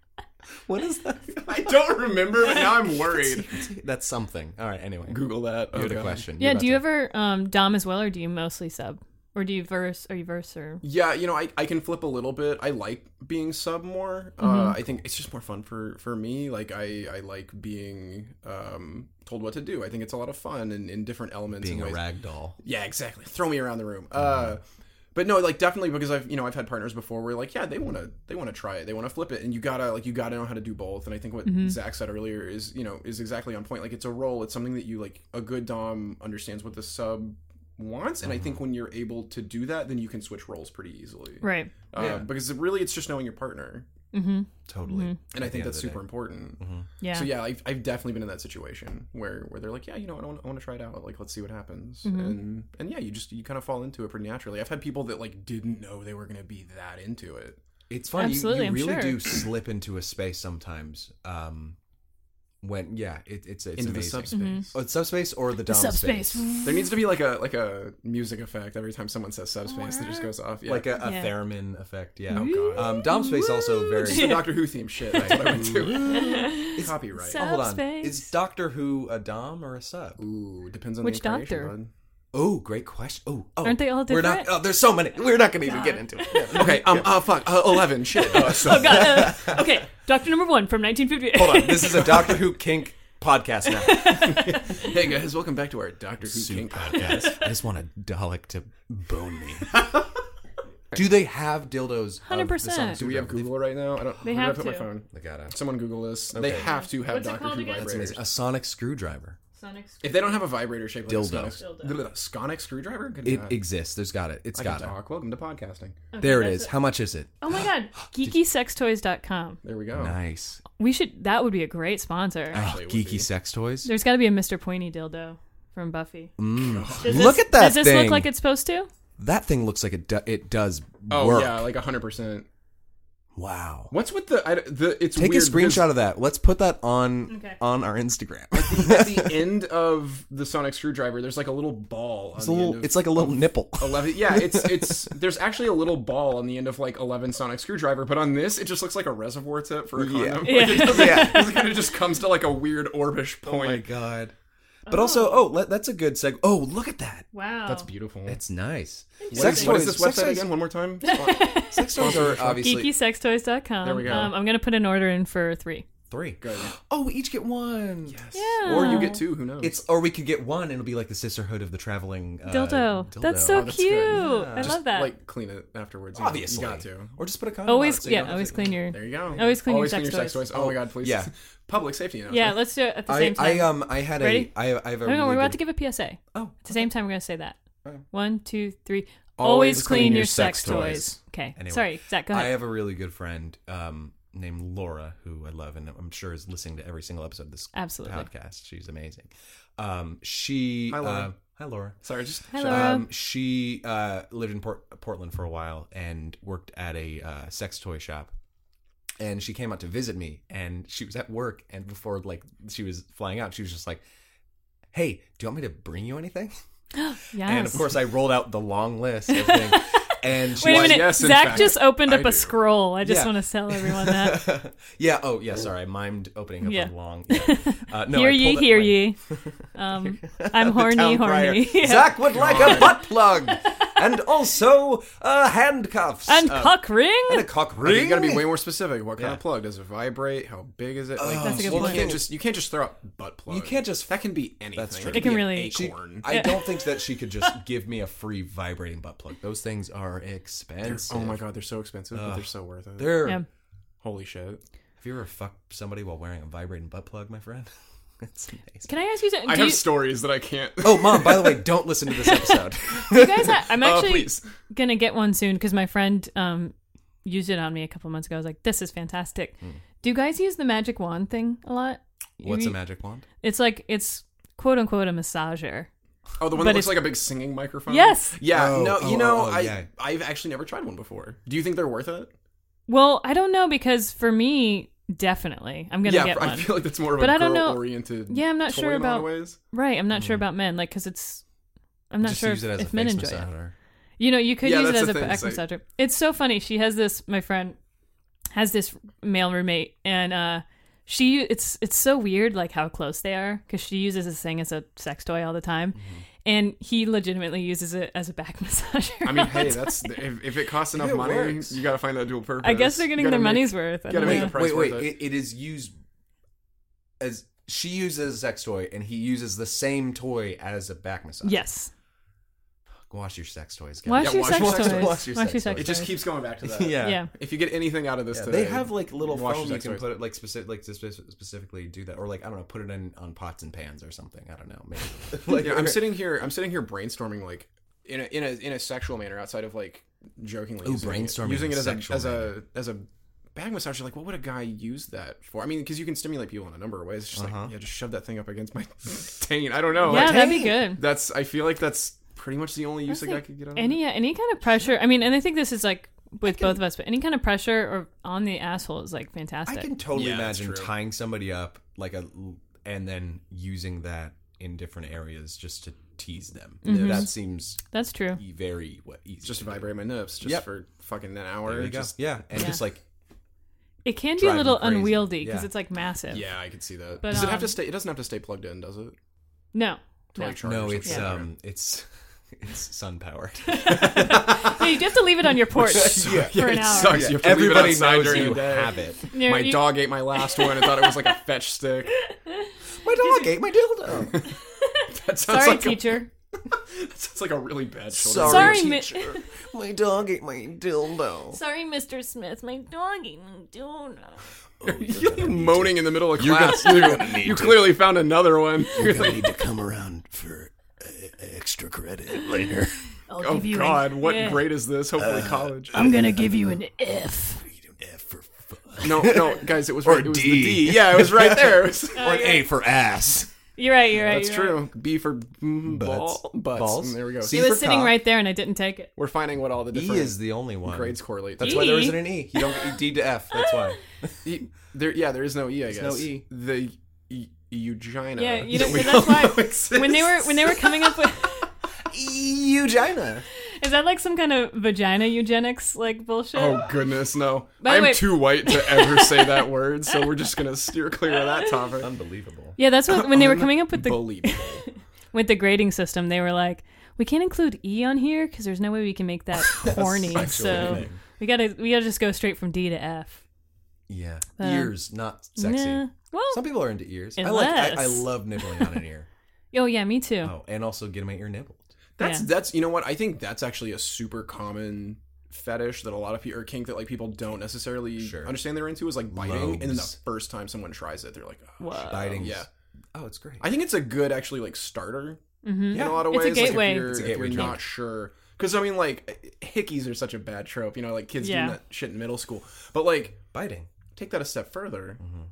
what is that? I don't remember, but now I'm worried. That's something. All right. Anyway, Google that. you had Oh, a God. question. You're yeah. about Do you to- ever um, dom as well, or do you mostly sub, or do you verse? Are you verse or? Yeah, you know, I, I can flip a little bit. I like being sub more. Uh, Mm-hmm. I think it's just more fun for for me. Like I I like being um told what to do. I think it's a lot of fun and in different elements. being and a ways. rag doll? Yeah, exactly. Throw me around the room. Uh, but no, like definitely because I've you know I've had partners before where like yeah they want to they want to try it they want to flip it and you gotta like you gotta know how to do both and I think what Zach said earlier is you know is exactly on point like it's a role it's something that you like a good dom understands what the sub wants and I think when you're able to do that then you can switch roles pretty easily Right. uh, Yeah. because really it's just knowing your partner Mm-hmm. Totally. and I the think that's end of super the important Yeah. so yeah I've, I've definitely been in that situation where where they're like yeah you know i don't I want to try it out like let's see what happens Mm-hmm. and and yeah you just you kind of fall into it pretty naturally i've had people that like didn't know they were going to be that into it It's funny. You, Absolutely, you I'm really sure. do slip into a space sometimes. Um, when yeah, it, it's it's into the amazing. subspace. Mm-hmm. Oh, it's subspace or the dom subspace. space, There needs to be like a like a music effect every time someone says subspace that just goes off. Yeah. like a, a Yeah. theremin effect. Yeah. God. Um, dom space also very. It's the Doctor Who theme shit. That's what I went to. Copyright. so- Oh, hold on. Subspace. Is Doctor Who a dom or a sub? Ooh, depends on Which the incarnation, doctor? bud. Oh, great question. Oh, oh, Aren't they all We're not. different? Oh, there's so many. We're not going to even get into it. Yeah. Okay, um, oh fuck, uh, eleven, shit. Uh, so- Oh God. Uh, okay, Doctor Number One from 1958. Hold on. This is a Doctor Who kink podcast now. hey guys, welcome back to our Doctor Who King podcast. I just want a Dalek to bone me. Do they have dildos? 100%. Do we have Google right now? I don't. They where did have I put my to. phone. They gotta. Someone Google this. They Okay. have to have What's it Doctor called Who again? That's amazing. vibrators. A sonic screwdriver. Sonic Screw- If they don't have a vibrator shaped like Dildo. a sonic, Dildo. sonic screwdriver, Good It God. exists. There's got it. It's I can got it. talk. Welcome to podcasting. there it that's is. How much is it? Oh my God, geekysextoys.com. There we go. Nice. We should. That would be a great sponsor. Oh, geeky sex toys. There's got to be a Mr. Pointy dildo from Buffy. Does Mm. Look this- at that Does this thing. look like it's supposed to? That thing looks like it. Do- it does Oh work. yeah, like hundred percent. Wow. What's with the I, the? It's Take weird a screenshot of that. Let's put that on Okay. on our Instagram. because At the end of the sonic screwdriver, there's like a little ball. On It's a the little. end of It's like a little nipple. eleven. Yeah, it's it's. There's actually a little ball on the end of like eleven sonic screwdriver, but on this, it just looks like a reservoir tip for a condom. Like, it doesn't- Yeah. Oh it kind of just comes to like a weird orbish point. god. But also, oh, let, that's a good seg. Oh, look at that. Wow. That's beautiful. That's nice. What is- Sex what toys. is this sex website toys- again? One more time. Sex toys are obviously geekysextoys.com. There we go. Um, I'm going to put an order in for three. three. Good. Oh, we each get one. Yeah. Or you get two. Who knows? It's or we could get one, and it'll be like the sisterhood of the traveling uh, dildo. That's so Oh, that's cute. good. I Just, love that. Like clean it afterwards. You- Obviously, you got to. Or just put a condom. on it always, so you yeah, don't always have to- clean your. There you go. Always clean your Always sex sex toys. toys. Oh my god, please. yeah. Public safety announcement. Yeah, let's do it at the I, same time. I um I had Ready? a I I have a no, no, really we're about to good- give a PSA. oh At the same time, we're going to say that. One, two, three. Always Always, clean, your, sex toys. toys. Okay. Anyway, Sorry, Zach, go I ahead. have a really good friend um named Laura who I love and I'm sure is listening to every single episode of this Absolutely. podcast. She's amazing. Um, she hi Laura. Uh, hi Laura. Sorry, just Hi, Laura. Um, she uh, lived in Port- Portland for a while and worked at a uh, sex toy shop. And she came out to visit me, and she was at work. And before like she was flying out, she was just like, "Hey, do you want me to bring you anything?" yes. And of course, I rolled out the long list. Of things, and she Wait a was- minute. yes, in Zach fact, just opened I up do. a scroll. I just Yeah. want to tell everyone that. yeah. Oh, yeah. Sorry, I mimed opening up Yeah. a long. yeah. Uh, no, hear I ye, pulled up hear my- ye. Um, I'm the horny, town crier, horny. Yeah. Zach would like a butt plug, and also uh, handcuffs and Uh, cock ring? and a cock I think ring. you gotta be way more specific. What kind Yeah. of plug? Does it vibrate? How big is it? Like, That's a good you point. can't just you can't just throw out butt plug. You can't just That can be anything. That's true. It could It can be an really- She- acorn. I don't think that she could just give me a free vibrating butt plug. Those things are expensive. oh my god, they're so expensive, but they're so worth it. They're. Yeah. Holy shit. Have you ever fucked somebody while wearing a vibrating butt plug, my friend? That's amazing. Can I ask you something? I Do have you, stories that I can't. Oh, mom. By the way, don't listen to this episode. you guys ha- I'm Oh, Uh, actually please. going to get one soon because my friend um, used it on me a couple months ago. I was like, this is fantastic. Do you guys use the magic wand thing a lot? You Hmm. What's a mean- magic wand? It's like, it's quote unquote a massager. Oh, the one But that looks it's- like a big singing microphone. Yes. Yeah. Oh, no, oh, you know, oh, I yeah. I've actually never tried one before. Do you think they're worth it? Well, I don't know because for me, definitely, I'm gonna yeah, get I one. feel like that's more of But a I don't know- girl-oriented. Yeah, I'm not toy sure in a lot of about- ways. right, I'm not sure about men, like because it's. I'm not Mm. just sure use if, it as if a men face enjoy it. massager. You know, you could Yeah, use it that's as the a thing, back it's like- massager. It's so funny. She has this. My friend has this male roommate, and uh, she it's it's so weird, like how close they are, because she uses this thing as a sex toy all the time, Mm-hmm. and he legitimately uses it as a back massager. I mean, hey, that's if, if it costs enough it money, works. you got to find that dual purpose. I guess they're You getting gotta their make- money's worth. I gotta don't make know. the price wait, wait. worth It, it is used as she uses a sex toy, and he uses the same toy as a back massage. Yes. Wash your sex toys. guys. Wash Yeah, your wash sex your toys. sex Wash toys. your Wash sex your toys. sex It just toys. keeps going back to that. Yeah. Yeah. If you get anything out of this Yeah, today, they have like little wash foam your you sex can toys. put it like specific like spe- specifically do that or like I don't know put it in on pots and pans or something I don't know maybe like Yeah, I'm sitting here. I'm sitting here brainstorming like in a in a in a sexual manner outside of like jokingly. Ooh, using brainstorming It, using in a it as a sexual as a as a bag massager. Like, what would a guy use that for? I mean, because you can stimulate people in a number of ways. It's just Uh-huh. like yeah, just shove that thing up against my taint. I don't know. Yeah, Like, that'd be good. that's. I feel like that's pretty much the only use a guy like could get on. any any kind of pressure i mean and i think this is like with both of us, but any kind of pressure or on the asshole is like fantastic. I can totally Yeah, that's imagine true. tying somebody up like a and then using that in different areas just to tease them. That seems That's true. e- very what easy. Just to do. to vibrate my nips, just Yep. for fucking an hour. There you go. just, yeah, and Yeah. just like It can be a Drive little you crazy. unwieldy because Yeah. it's like massive. Yeah, I could see that. But, does it have um, to stay? It doesn't have to stay plugged in, does it? No. To, No. like, charge no, or it's something? um, it's it's sun powered. Yeah, you just have to leave it on your porch yeah. for it an hour. sucks. You have to leave it Everybody outside knows during the you day. have it. You're- My you- dog ate my last one. I thought it was like a fetch stick. My dog ate my dildo. That sounds Sorry, like teacher. A, that sounds like a really bad children's Sorry, Sorry, mi- teacher. my dog ate my dildo. Sorry, Mr. Smith. My dog ate my donut. You're moaning in the middle of You're gonna- class. you're gonna need you to- clearly found another one. You're I like, need to come around for uh, extra credit later. I'll oh give you God, an what F. grade is this? Hopefully Uh, college. I'm gonna give you an F. F for fuck. no, no, guys, it was right. Or It was D. the D. Yeah, it was right there. It was- Or an A for ass. You're right. You're right. that's you're right. true. B for mm, Butts. ball, butts. Balls. And there we go. C- It Beaver was sitting cock. right there, and I didn't take it. We're finding what all the E different is the only one. grades correlate. That's That's why there E? isn't an E. You don't get D to F. That's why. E, there, yeah, there is no E. I guess no E. The e, Eugenia. Yeah, you that don't- we that's all why- know exists. When they were when they were coming up with Eugina. is that like some kind of vagina eugenics like bullshit? Oh goodness, no! By the I'm way- too white to ever say that word, so we're just gonna steer clear of that topic. Um, Unbelievable. Yeah, that's what when they were coming up with the Unbelievable. with the grading system, they were like, we can't include E on here because there's no way we can make that horny. so thing. we gotta we gotta just go straight from D to F. Yeah. Ears, not sexy. Um, Nah. Well, Some people are into ears. I like. I, I Unless- love nibbling on an ear. oh yeah, me too. Oh, and also getting my ear nibbled. That's Yeah. that's you know what I think that's actually a super common fetish that a lot of people or kink that like people don't necessarily Sure. understand they're into is like biting, and then the Lobes. first time someone tries it, they're like, oh. Whoa. Biting. yeah. Oh, it's great. I think it's a good actually like starter Mhm. in a lot of It's a ways. gateway. Like if you're, It's a if you're gateway not drug. sure, because I mean like hickeys are such a bad trope. You know, like kids Yeah. doing that shit in middle school. But like Biting. take that a step further Mm-hmm.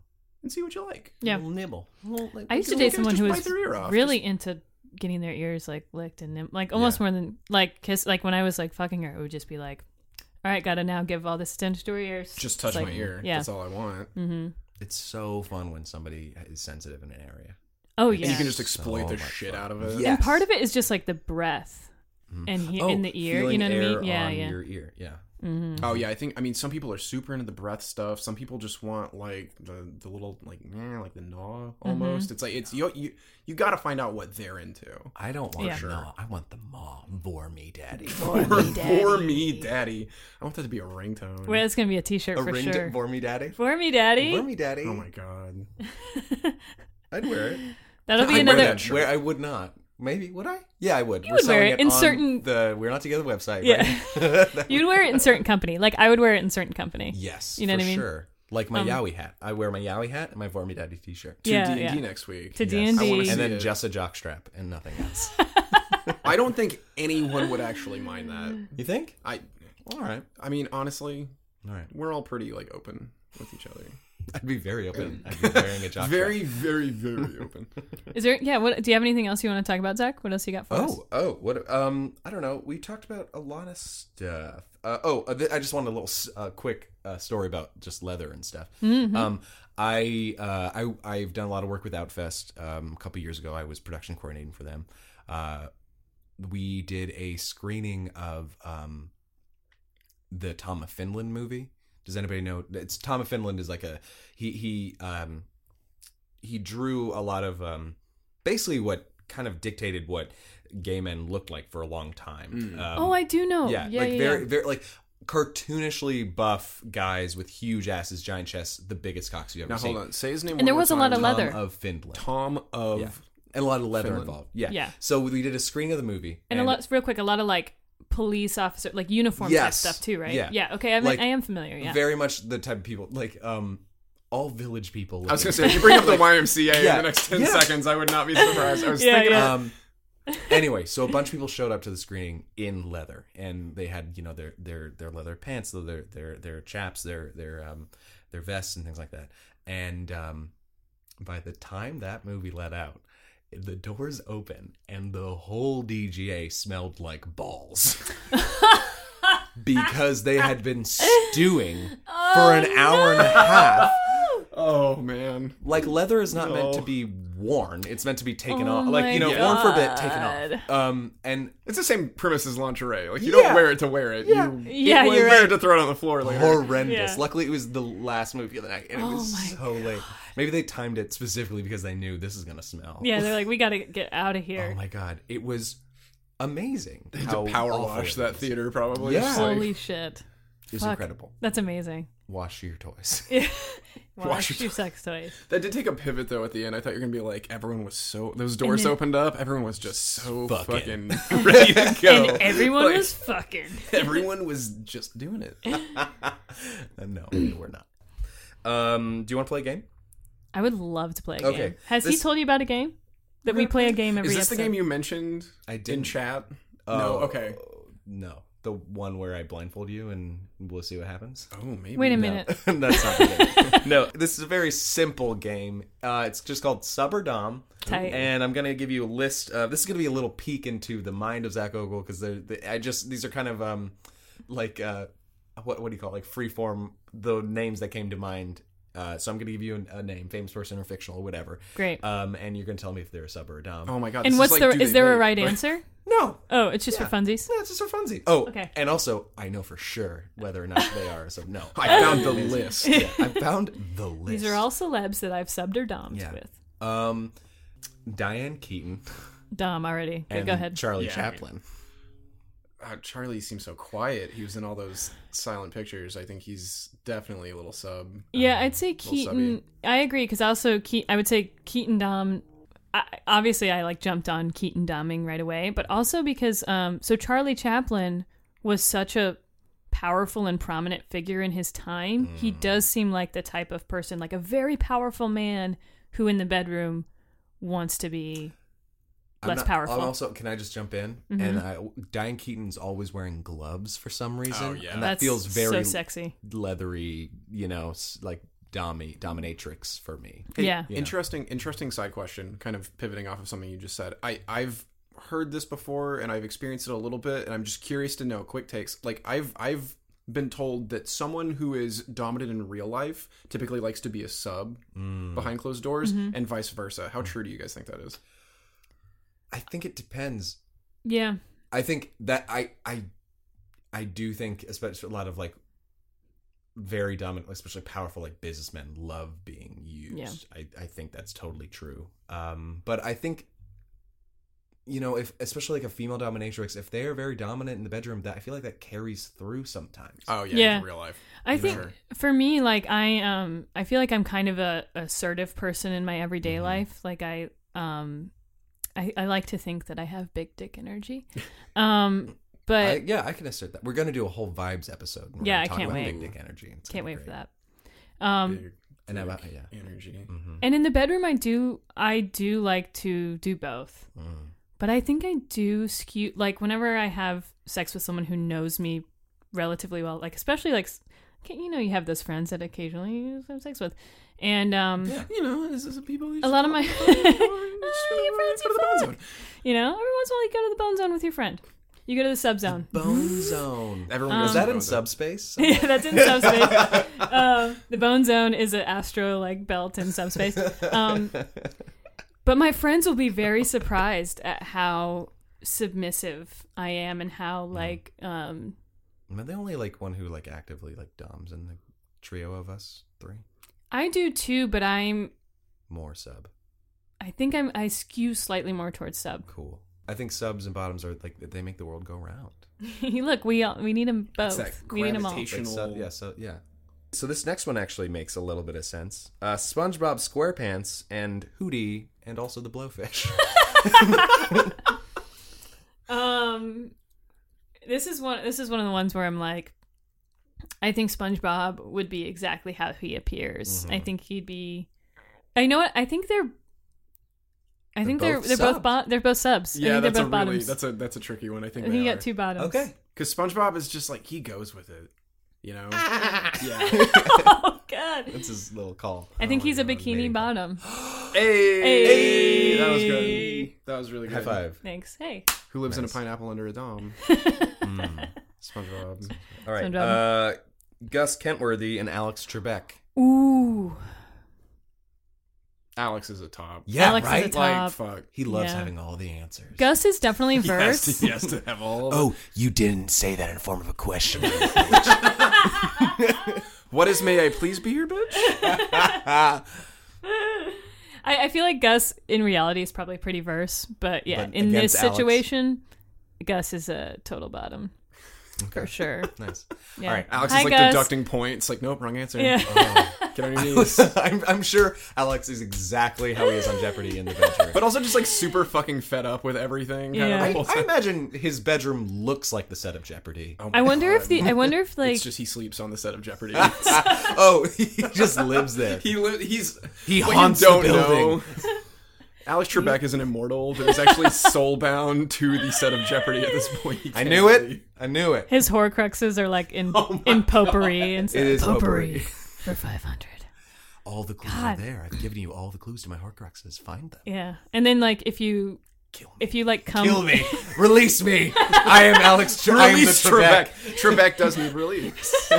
and see what you like. Yeah. Little nibble. Little, like, I used to Little date guys someone just who bite was their ear off. really into getting their ears like licked and nim- like almost more than like kiss. Like when I was like fucking her, it would just be like, "All right, gotta now give all this attention to her ears." Just touch It's like- my ear. Yeah. That's all I want. It's so fun when somebody is sensitive in an area. oh And yeah. And you can just So exploit the much shit fun. out of it. Yeah. And part of it is just like the breath Mm-hmm. and he- in the ear. Oh, You feeling know what I air mean? Yeah, on yeah. Your ear. Yeah. Oh yeah, I think I mean some people are super into the breath stuff. Some people just want like the the little like meh, like the gnaw Mm-hmm. almost. It's like it's you you you got to find out what they're into. I don't want Yeah. the maw. I want the maw. Vor me, daddy. Oh, For me, daddy. I want that to be a ringtone. Well, it's gonna be a T-shirt A for ringed sure. vor me, daddy. For me, daddy. Vor me, daddy. oh my god. I'd wear it. That'll I'd be wear another. that shirt. Where I would not. Maybe would I? Yeah, I would. You We're would wear selling it in on certain- the We're Not Together website. Yeah. right? You'd wear it in certain company. Like I would wear it in certain company. Yes. You know for what I mean? Um, Sure. Like my Yowie hat. I wear my Yowie hat and my Vor me, daddy T-shirt. To Yeah, D&D yeah. next week. To Yes. I wanna D&D. see and then it. just a jockstrap and nothing else. I don't think anyone would actually mind that. you think? I All right. I mean honestly, All right. we're all pretty like open with each other. I'd be very open. I'd be wearing a jockstrap. Very very very open. Is there? Yeah. What? Do you have anything else you want to talk about, Zach? What else you got for us? Oh, oh, what? Um, I don't know. We talked about a lot of stuff. Uh, oh, uh, th- I just wanted a little s- uh, quick uh, story about just leather and stuff. Hmm. Mm-hmm. Um, I, uh, I, I've done a lot of work with Outfest. Um, a couple years ago, I was production coordinating for them. Uh, we did a screening of um, the Tom of Finland movie. Does anybody know? It's Tom of Finland is like a he he um he drew a lot of um basically what kind of dictated what gay men looked like for a long time. Um, Oh, I do know. Yeah. yeah, Yeah. like yeah, very very like cartoonishly buff guys with huge asses, giant chests, the biggest cocks you've ever Now seen. hold on. Say his name And there was a lot of Tom Um, leather. of Finland. Tom of Yeah. And a lot of leather Finland. involved. Yeah. Yeah. So we did a screening of the movie. and, a lot. Real quick. A lot of like police officer, like uniform type Yes. stuff too, right? Yeah. Yeah. Okay. I'm, Like, I am familiar. Yeah. Very much the type of people like um all village people. I was looking- gonna say, if you bring up the YMCA in Yeah. the next ten Yeah. seconds, I would not be surprised. I was Yeah, thinking, yeah. Um, anyway, so a bunch of people showed up to the screening in leather, and they had you know their their their leather pants, their their their chaps, their their um their vests and things like that. And um, by the time that movie let out, the doors open, and the whole DGA smelled like balls. because they had been stewing for an hour and a half. Oh man. Like leather is not meant to No. be worn; it's meant to be taken Oh off. my Like you know, worn for a bit, taken God. off. Um, and It's the same premise as lingerie. Like you Yeah. don't wear it to wear it. Yeah. You Yeah, wear you're it right. to throw it on the floor later. horrendous. Yeah. Luckily, it was the last movie of the night, and it Oh was my so late. Maybe they timed it specifically because they knew this is gonna smell. Yeah, they're like, we got to get out of Oh here. my god, it was amazing. They had how to power awful wash it that was. theater probably. Yeah. Just like, Holy shit. It was Fuck. incredible. That's amazing. Wash your toys. Wash, Wash your your sex toys. that did take a pivot though at the end. I thought you were gonna be like everyone was so those doors then- opened up. Everyone was just so Fucking. fucking, ready to go. And everyone Like, was fucking. everyone was just doing it. Uh, no, we're not. Um, do you want to play a game? I would love to play a game. Okay, Has he this- told you about a game? That we play a game every Is this episode. the game you mentioned I in didn't. chat? no. Uh, Okay. No, the one where I blindfold you and we'll see what happens. Oh, maybe. Wait a No. minute. That's not the game. No, this is a very simple game. Uh, it's just called Sub or Dom. Tight. And I'm going to give you a list. Uh, this is going to be a little peek into the mind of Zach Ogle because they're, they, I just, these are kind of um, like, uh, what, what do you call it? Like freeform, the names that came to mind. Uh, so I'm going to give you an, a name, famous person or fictional, whatever. Great. Um, and you're going to tell me if they're a sub or a dom. Oh my god. and this what's is the like, do is they there a make- right like- answer? No, Oh, it's just for funsies. no, it's just a funsie. Oh, Okay. And also, I know for sure whether or not they are. So no, I found the list. yeah, I found the list. These are all celebs that I've subbed or dommed Yeah. with. Um, Diane Keaton Dom already. Okay, and Go ahead. Charlie Yeah. Chaplin. Uh, Charlie seems so quiet. He was in all those silent pictures. I think he's definitely a little sub. Yeah, I'd say little Keaton. subby. I agree because also Ke- I would say Keaton Dom. I, obviously, I like jumped on Keaton Doming right away, but also because um, so Charlie Chaplin was such a powerful and prominent figure in his time. He Mm. does seem like the type of person, like a very powerful man who in the bedroom wants to be I'm less not- powerful. Mm-hmm. I'm also, can I just jump in? And I, Diane Keaton's always wearing gloves for some reason. Oh, yeah. and that That's feels very so sexy. leathery. You know, s- like domi dominatrix for me. yeah. Interesting, interesting side question. Kind of pivoting off of something you just said. I I've heard this before, and I've experienced it a little bit, and I'm just curious to know. Quick takes. Like I've I've been told that someone who is dominant in real life typically likes to be a sub Mm-hmm. behind closed doors, Mm-hmm. and vice versa. How true do you guys think that is? I think it depends. Yeah. I think that I I I do think especially a lot of like very dominant, especially powerful like businessmen love being used. I, I think that's totally true. Um, but I think you know if especially like a female dominatrix, if they are very dominant in the bedroom, that I feel like that carries through sometimes. Oh yeah, Yeah. in real life. I think Sure. for me, like I um I feel like I'm kind of a assertive person in my everyday life. Like I um I, I like to think that I have big dick energy. Um but I, yeah, I can assert that. We're gonna do a whole vibes episode. We're Yeah, gonna I talk can't about Big wait. dick energy. It's can't gonna wait be for great. that. Um Big And about yeah, Mm-hmm. energy. and in the bedroom I do I do like to do both. Mm-hmm. But I think I do skew like whenever I have sex with someone who knows me relatively well, like especially like s- you know you have those friends that occasionally you have sex with. And um You know, this is people. a lot of my your friends, your friends. You know, every once in a while you go to the bone zone with your friend. You go to the sub zone. Bone zone. Um, Everyone Is goes that to in Bozo. subspace? yeah, that's in subspace. um, the bone zone is an astro like belt in subspace. Um, but my friends will be very surprised at how submissive I am and how like um, Am I the only like one who like actively like doms in the trio of us three? I do too. But I'm More sub, I think I'm I skew slightly more towards sub. cool. I think subs and bottoms are like they make the world go round. Look, we all, we need them both. that We need them all. gravitation. Like sub, Fictional- yeah, so yeah. So this next one actually makes a little bit of sense. Uh, SpongeBob SquarePants and Hootie, and also the Blowfish. Um, this is one. This is one of the ones where I'm like, I think SpongeBob would be exactly how he appears. Mm-hmm. I think he'd be. I know what I think they're. I think they're both they're both bo- they're both subs. I Yeah, think they're that's a both really bottoms. that's a that's a tricky one. I think I think they you are. got two bottoms. okay, Because SpongeBob is just like he goes with it, you know. Ah. yeah. oh God. that's his little call. I think my he's a God, bikini amazing. bottom. Hey, Hey. that was good. That was really good. High five. Thanks. Hey. Who lives in a Nice. pineapple under a dome? SpongeBob. Mm. All right. Uh, Sometime. Gus Kentworthy and Alex Trebek. Ooh, Alex is a top. Yeah, Alex is a right. top. Like fuck. he loves Yeah. having all the answers. Gus is definitely He has, verse. to, he has to have all. Of it. Oh, you didn't say that in form of a question. What is may I please be your bitch? I, I feel like Gus in reality is probably pretty verse, but yeah, But in this against Alex. situation, Gus is a total bottom for sure. nice. Yeah. All right. Alex Hi, is like Gus. deducting points. Like nope, wrong answer. Yeah. Oh, get on your knees. I'm, I'm sure Alex is exactly how he is on Jeopardy in the bedroom. But also just like super fucking fed up with everything. Kind Yeah. of the whole I, I time. imagine his bedroom looks like the set of Jeopardy. Oh my I wonder God. if the I wonder if like it's just he sleeps on the set of Jeopardy. Oh, he just lives there. he li- he's He what you haunts the don't building. know- Alex Trebek is an immortal that is actually soulbound to the set of Jeopardy at this point. He I can't knew it. really- I knew it. his Horcruxes are like in in potpourri and stuff. Oh It is potpourri potpourri. for five hundred. All the clues God. are there. I've given you all the clues to my Horcruxes. Find them. Yeah, and then like if you Kill me. if you like come Kill me. Release me. I am Alex. Tre- I am the Release Trebek. Trebek. Trebek does need release.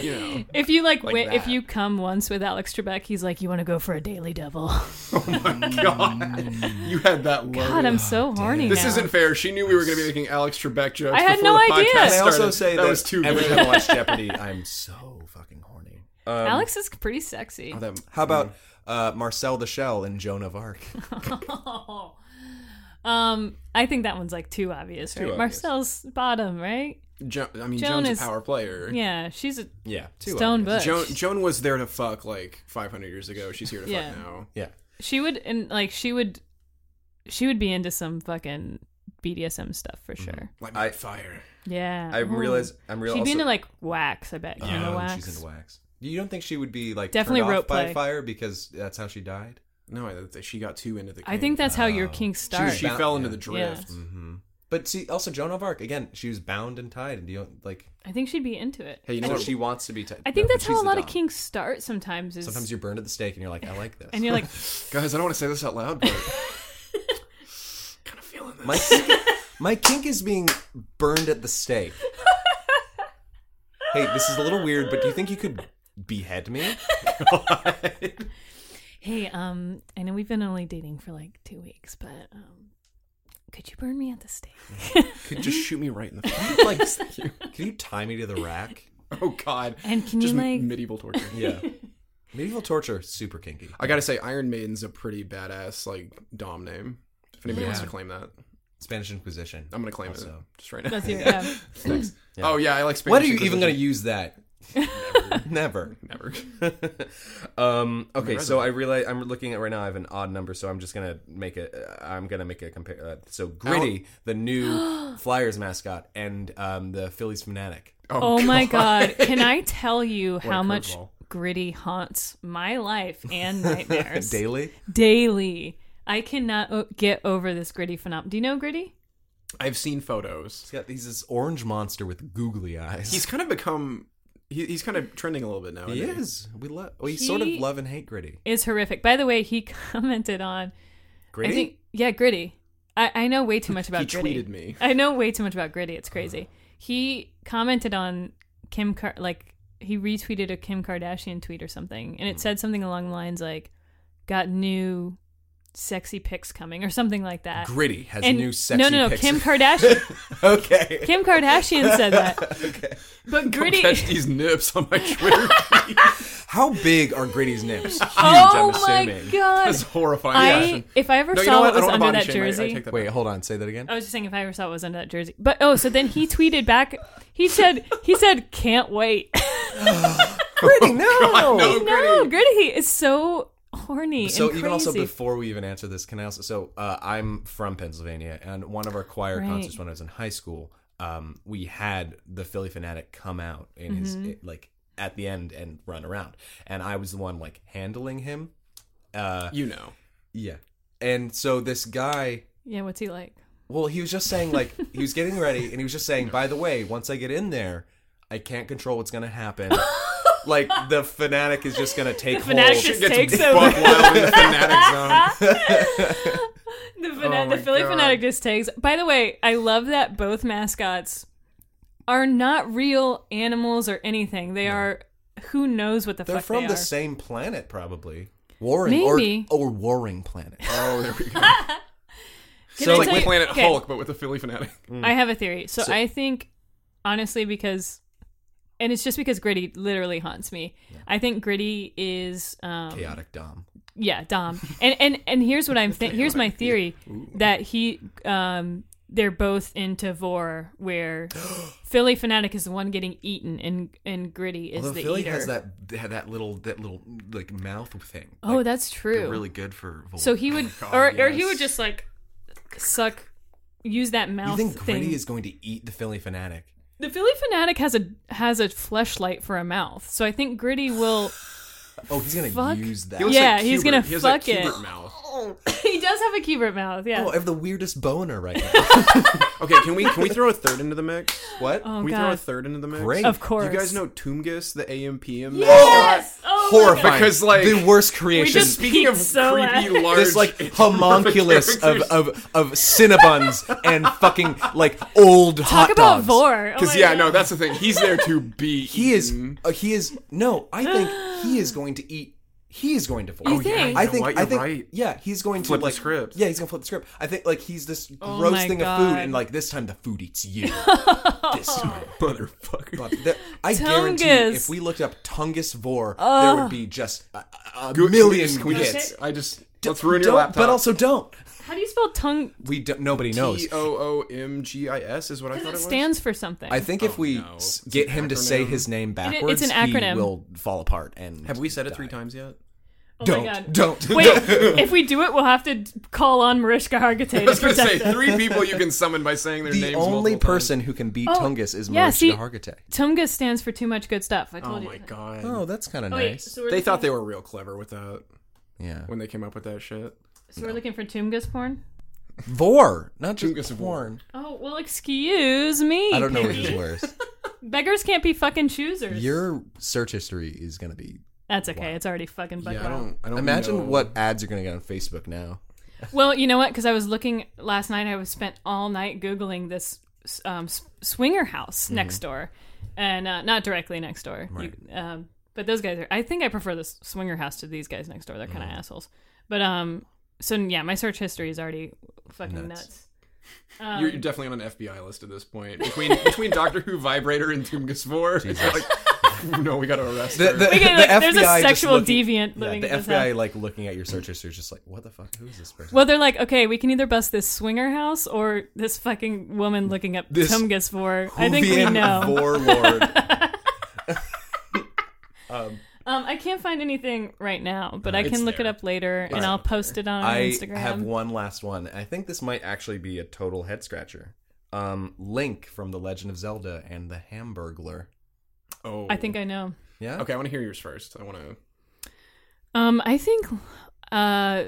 you know. if you like, wi- if that. you come once with Alex Trebek, he's like, you want to go for a daily double. God, you had that loaded. God, Oh, I'm so horny. this now. isn't fair. She knew we were going to be making Alex Trebek jokes. I had before no the idea. Podcast And I started. also say that, that, was too every good. time I watch Jeopardy, I'm so fucking horny. Um, Alex is pretty sexy. Oh, that- How about uh, Marcel the Shell and Joan of Arc? Um, I think that one's like too obvious, right? obvious. Marcel's bottom, right? Jo- I mean, Joan Joan's is- a power player. Yeah, she's a Yeah, two stone obvious. butch. Joan, Joan was there to fuck like 500 years ago. She's here to Yeah. fuck now. Yeah, she would and like she would she would be into some fucking BDSM stuff for sure. Light I- me on fire. Yeah. Mm-hmm. I Ooh. realize I'm real. She'd be also- into like wax, I bet. Oh, Camera wax. she's into wax. You don't think she would be like Definitely turned off rope by play. fire because that's how she died? No, I, that she got too into the. I think that's how your Um, kinks She, start. she Bound- fell into yeah. the drift. Mm-hmm. But see, also Joan of Arc again. She was bound and tied, and you don't like. I think she'd be into it. Hey, you know So what? she wants to be tied. I think No, that's but how she's a the lot of dom. kinks start sometimes is Sometimes you're burned at the stake, and you're like, I like this. and you're like Guys, I don't want to say this out loud, but kind of feeling this. my kink, my kink is being burned at the stake. hey, this is a little weird, but do you think you could behead me? Hey, um, I know we've been only dating for like two weeks, but um, could you burn me at the stake? Could just shoot me right in the face. Like, can you tie me to the rack? Oh God. And can Just you like? medieval torture. Yeah. Medieval torture, super kinky. I gotta say, Iron Maiden's a pretty badass like dom name. If anybody wants Yeah. to claim that, Spanish Inquisition. I'm gonna claim Also. it just right now. Let's hear it. Yeah. Thanks. Oh yeah, I like Spanish. When are you even going to Inquisition. use that? Never. Never. Um, okay, read so that. I realize I'm looking at right now. I have an odd number, so I'm just gonna make a. I'm gonna make a compare. Uh, so gritty, the new Flyers mascot, and um, the Phillies fanatic. Oh my god! Can I tell you how much curveball. gritty haunts my life and nightmares Daily. daily? I cannot o- get over this gritty phenomenon. Do you know gritty? I've seen photos. He's got he's this orange monster with googly eyes. He's kind of become. He, he's kind of trending a little bit now. he isn't is. We love. We sort of He- love and hate gritty. Is horrific. By the way, he commented on. Gritty. I think yeah, gritty. I, I know way too much about He gritty. tweeted me. I know way too much about Gritty. It's crazy. He commented on Kim, Kar- like he retweeted a Kim Kardashian tweet or something, and Hmm. it said something along the lines like, "Got new sexy pics coming" or something like that. gritty has and new sexy. no, no, no. pics. Kim Kardashian. okay. Kim Kardashian said that. But Gritty. Catch these nips on my Twitter. feed. How big are Gritty's nips? Huge, oh I'm my assuming. god! That's horrifying. I fashion. if I ever No, you know what? saw what I was don't wanna under body that shame. I- I jersey, take that Wait, hold on. Say that again. I was just saying if I ever saw it was under that jersey. But oh, so then he tweeted back. He said he said can't wait. Gritty, no. no, no, Gritty is so horny. So and even also crazy. before we even answer this, can I also? So uh, I'm from Pennsylvania, and one of our choir Right. concerts when I was in high school, um, we had the Philly fanatic come out in his Mm-hmm. it- like at the end and run around, and I was the one like handling him. Uh, You know. yeah, and so this guy. yeah, what's he like? Well, he was just saying like he was getting ready, and he was just saying, "By the way, once I get in there, I can't control what's gonna happen. like the fanatic is just gonna take fanatic hold." just Gets takes buck over. wild in the fanatic zone. The, fana- Oh the my Philly God. fanatic just takes. By the way, I love that both mascots are not real animals or anything. They are who knows what the They're fuck from they the are. same planet, probably. Warring or- Oh, Maybe. or Warring Planet. Oh, there we go. Can So, I like, tell like you- Planet okay, Hulk, but with a Philly fanatic. Mm. I have a theory. So, I think honestly because and it's just because Gritty literally haunts me. I think Gritty is um Chaotic Dom. yeah dom and and and here's what i'm thi- here's my theory that he um they're both into vor where philly fanatic is the one getting eaten and and gritty is Although the Philly eater has that had that little that little like mouth thing. oh Like, that's they're true really Oh, good for. Vol- so he would or, or he would just like suck use that you mouth think thing Gritty is going to eat the Philly fanatic? the philly fanatic has a has a fleshlight for a mouth so i think gritty will Oh, he's gonna Fuck. use that. He looks Yeah, like he's Cubert. gonna he has fuck a it. Cubert mouth. he does have a cubert mouth yeah Oh, I have the weirdest boner right now. Okay, can we can we throw a third into the mix? what? Oh, Can we throw a God. third into the mix? Great. of course You guys know Toomgis, the AMPM yes oh my God. Horrifying. Because, like, the worst creation. we just Speaking of peaked so creepy, loud. large, this like homunculus of, of of cinnabuns and fucking like old hot talk about Oh dogs. vor because yeah, no, that's the thing. He's there to be. He is. eaten. Uh, he is. No, I think he is going to eat. He is going to. Vor. You Oh, yeah, think? you I know think. what? I You're think. right. Yeah, he's going to Flip the like, script. Yeah, he's gonna flip the script. I think like he's this Oh gross my thing of food, God. and like this time the food eats you. this time. motherfucker. But there- I guarantee Tungus. if we looked up Tungus Vor, there would be just a, a Go- million can we just- hits. I just let's ruin your Don't- laptop. But also don't. How do you spell tongue? We don't, nobody knows. T O O M G I S is what I thought it It was. stands for something. Oh I think if we no. s It's get an him to say acronym. his name it's backwards, an acronym. he will fall apart. And Have we said it three times yet? oh Don't, my god. don't. Wait, if we do it, we'll have to d- call on Mariska Hargitay I was to gonna say protect us. three people you can summon by saying their the names. only multiple person who can beat Oh, Tungus is yeah, see- Mariska Hargitay. Tungus stands for too much good stuff. I Times. Oh told you. my god. Oh, that's kind of Oh, wait, nice. so we're They looking, thought they were real clever with that yeah. when they came up with that shit. so we're looking for Tungus porn. Vor, not just Tungus of porn. Oh well, excuse me. I don't know which Penny. is worse. Beggars can't be fucking choosers. Your search history is going to be. That's okay. It's already fucking bugged Yeah, I out. don't. I don't Imagine know. what ads are going to get on Facebook now. Well, you know what? Because I was looking last night. I was spent all night googling this um, s- swinger house Mm-hmm. next door, and uh, not directly next door. You- um, but those guys are. I think I prefer this swinger house to these guys next door. They're kind of Mm-hmm. assholes. But um, so yeah, my search history is already fucking nuts. You're you're definitely on an FBI list at this point. Between between Doctor Who vibrator and Tungus Four, like, no, we got to arrest her. We can, the like, there's a FBI just sexual looking- deviant Yeah, living the in this FBI house. like looking at your search history, is just like, what the fuck? Who is this person? Well, they're like, okay, we can either bust this swinger house or this fucking woman looking up This Tungus for. I think we Hoovian know. Warlord. Um, I can't find anything right now, but I It's can look there. it up later and I'll post it on I Instagram. have one last one. I think this might actually be a total head scratcher. Um, Link from The Legend of Zelda and the Hamburglar. Oh, I think I know. Yeah. Okay, I want to hear yours first. I want to. Um, I think, uh,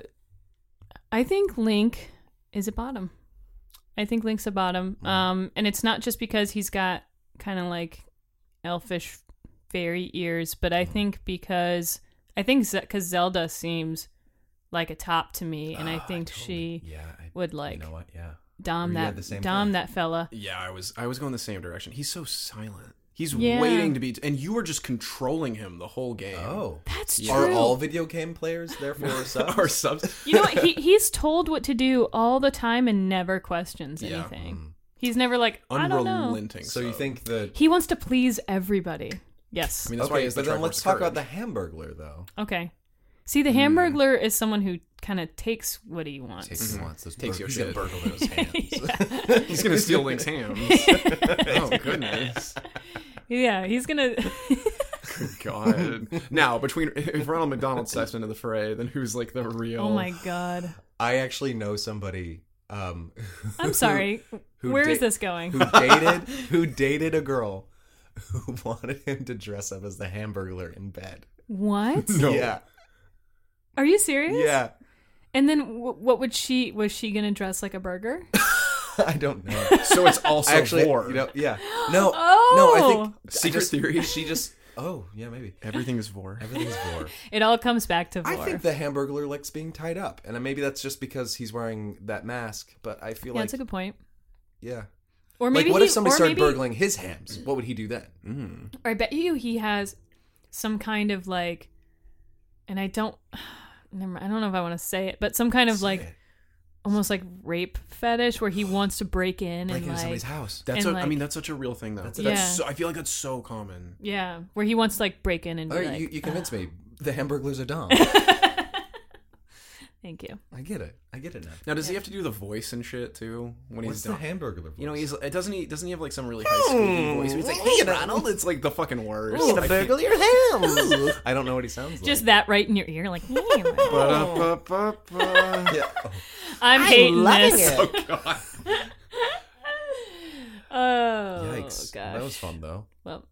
I think Link is a bottom. I think Link's a bottom. Mm-hmm. Um, and it's not just because he's got kind of like elfish fairy ears, but I Mm-hmm. think because I think because Zelda seems like a top to me, and I think she Yeah. I, would like Ah, you know what? Yeah. dom We had that the same dom thing. that fella. Yeah, I was I was going the same direction. He's so silent. He's Yeah. waiting to be, and you were just controlling him the whole game. Oh. That's true. Are all video game players therefore subs? our subs. You know what? He, he's told what to do all the time and never questions Yeah. anything. Mm-hmm. He's never like, I don't know. Unrelenting. so you sub. think the He wants to please everybody. Yes. I mean, that's why okay, he has the but then let's Triforce talk about Courage. the Hamburglar though. okay. See, the Hamburglar is someone who kind of takes what he wants. Mm. Takes your wants. Those Mm-hmm. Takes bur- your he's gonna shit. burgle those hands. He's gonna steal Link's ham. oh goodness, yeah, he's gonna. God! Now between if Ronald McDonald steps into the fray, then who's like the real? oh my god. I actually know somebody. Um, I'm sorry. Where who is da- this going? who dated who dated a girl who wanted him to dress up as the Hamburglar in bed. what? No. Yeah, Are you serious? yeah. And then w- what would she? Was she gonna dress like a burger? I don't know. So it's also I actually, war. you know, yeah. No, no. I Oh! think I Secret just- theory. She just. Oh yeah, maybe Everything is war. everything's war. It all comes back to. Vor. I think the Hamburglar likes being tied up, and maybe that's just because he's wearing that mask. But I feel yeah, like that's a good point. yeah. Or Like, maybe what he, if somebody or started maybe, burgling his hams? What would he do then? Or I bet you he has some kind of like, and I don't, never, mind, I don't know if I want to say it, but some kind of like, almost like rape fetish where he wants to break in Break and into somebody's like, house. That's And, a, I like- mean that's such a real thing though. That's, Yeah. so, I feel like that's so common. yeah, where he wants to like break in and be All right, like, Oh, you, you convinced me. The Hamburglers are dumb. thank you. I get it. I get it now. Now does he have to do the voice and shit too when What's he's done? the Hamburglar voice? you know, he's it doesn't he doesn't he have like some really high squeaky voice? He's like, "Hey, Ronald," it's like the fucking worst. I can't- your hams. I don't know what he sounds like. Just that right in your ear, like, I'm Ba-da-ba-ba-ba. yeah. oh, hating this. Oh god. Oh, yikes. gosh. that was fun though. Well,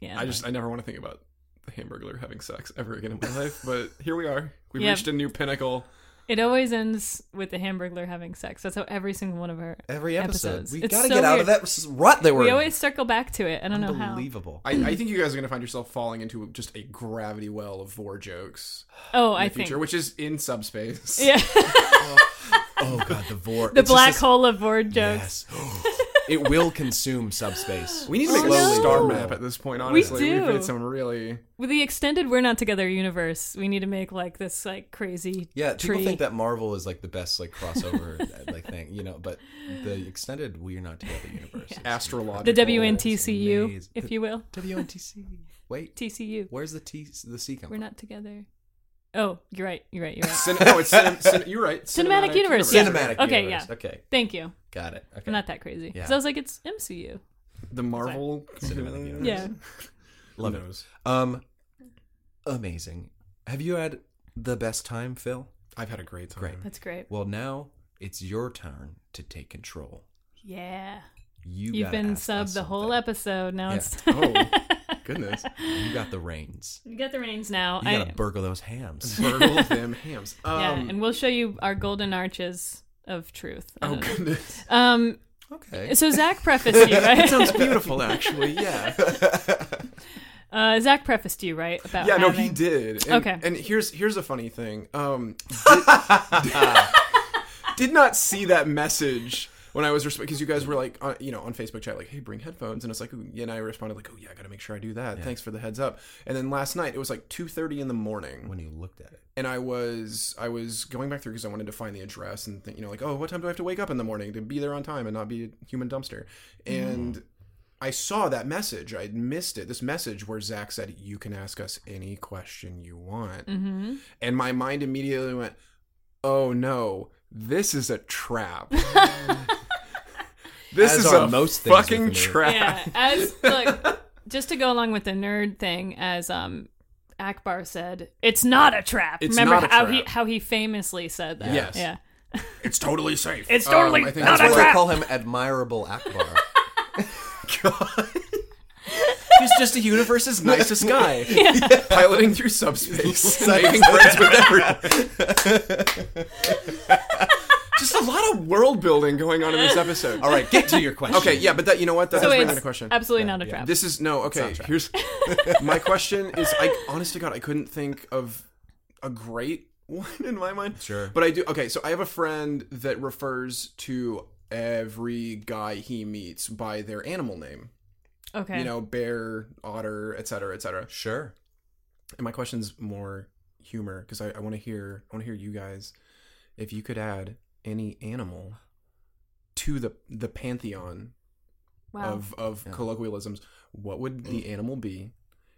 yeah. I just I never want to think about the Hamburglar having sex ever again in my life. But here we are. We Yeah. reached a new pinnacle. It always ends with the Hamburglar having sex. That's how every single one of our Every episode, episodes. we It's gotta so get out of weird. that s- rut that we're We in. always circle back to it. I don't know how. Unbelievable. I, I think you guys are gonna find yourself falling into just a gravity well of vor jokes Oh, in I the future, think. which is in subspace. Yeah, oh god, the vor. it's the just black this- hole of board jokes. Yes. it will consume subspace. We need to make Oh, a no. star map at this point, honestly. do. have made some really With the extended "We're Not Together" universe, we need to make like this like crazy. Yeah, people tree. think that Marvel is like the best like crossover uh, like thing, you know. But the extended "We're Not Together" universe, is astrological the WNTCU, amazing. if you will, WNTC. Wait, TCU. where's the T? The C come We're from? not together. Oh, you're right. You're right. You're right. Cin- no, it's cin- cin- you're right. Cinematic universe, yeah. Cinematic. Okay, universe. yeah. Okay, Thank you. got it. Okay, I'm not that crazy. Yeah. Because I was like, it's MCU. The Marvel Cinematic universe. Yeah. love Who it. knows? Um, amazing. Have you had the best time, Phil? I've had a great time. Great. That's great. Well, now it's your turn to take control. Yeah. You You've gotta been ask us subbed the whole something. episode. Now Yeah. it's Oh goodness. You got the reins. you got the reins now. You gotta I- burgle those hams. Burgle them hams. Um, yeah, and we'll show you our golden arches of truth. I oh don't know. goodness. Um. Okay. So Zach prefaced you, right? beautiful, actually. Yeah. Uh, Zach prefaced you, right? About Yeah. No, having- he did. And, Okay. And here's here's a funny thing. Um, did, did not see that message when I was responding because you guys were like, on, you know, on Facebook chat, like, "Hey, bring headphones," and it's like, ooh, yeah, and I responded like, "Oh yeah, I got to make sure I do that. Thanks for the heads up." And then last night it was like two thirty in the morning. when you looked at it. and I was I was going back through because I wanted to find the address and think, you know like oh what time do I have to wake up in the morning to be there on time and not be a human dumpster and I saw that message I had missed it this message where Zach said you can ask us any question you want Mhm. and my mind immediately went oh no this is a trap this As is are a most things with fucking me. trap Yeah. As look, just to go along with the nerd thing, as um, Akbar said, it's not a trap. It's Remember not a how trap. he how he famously said that? Yes. Yeah. it's totally safe It's totally I think not That's that's why what- a they trap. call him Admirable Akbar. He's just a universe's nicest guy, piloting through subspace, saving friends with everyone. just a lot of world building going on in this episode. All right, get to your question. Okay, yeah, but that you know what? That So does bring in a it's question. absolutely not a trap. This is no okay. Soundtrack. Here's my question: Is I honest to God, I couldn't think of a great one in my mind. Sure. but I do. Okay, so I have a friend that refers to every guy he meets by their animal name. okay. You know, bear, otter, etc., etc. Sure. And my question's more humor because I, I want to hear I want to hear you guys if you could add any animal to the the pantheon wow. of of colloquialisms. What would the animal be,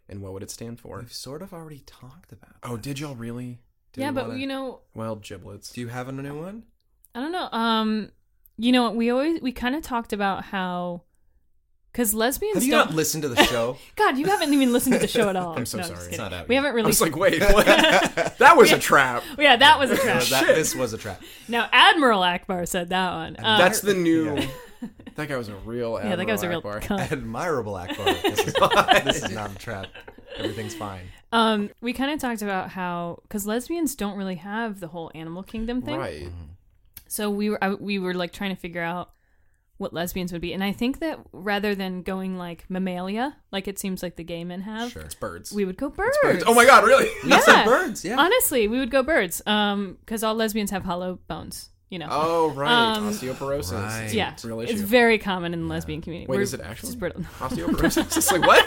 and what would it stand for? We've sort of already talked about. Oh, did y'all really? Do yeah, we but wanna- you know, Well, giblets. do you have a new one? I don't know. Um, you know, we always we kind of talked about how because lesbians Have you don't. not listened to the show? God, you haven't even listened to the show at all. I'm so No, sorry. just It's kidding. not out we yet. haven't I really. was like, wait, what? that was a trap. yeah, that was a trap. Uh, that, this was a trap. now Admiral Akbar said that one. Uh, That's the new. That guy was a real. yeah, that guy was a real Admiral Akbar. cunt. Admirable Akbar. This is, this is not a trap. Everything's fine. Um, we kind of talked about how because lesbians don't really have the whole animal kingdom thing. Right. So we were I, we were like trying to figure out what lesbians would be, and I think that rather than going like mammalia, like it seems like the gay men have, Sure. It's birds. we would go birds. birds. Oh my god, really? We said birds, yeah. Honestly, we would go birds. Um, because all lesbians have hollow bones. you know. Oh right, Um, osteoporosis. Right. It's a yeah, real it's issue. very common in the lesbian community. Wait, We're- is it actually? It's brittle. osteoporosis. it's like what?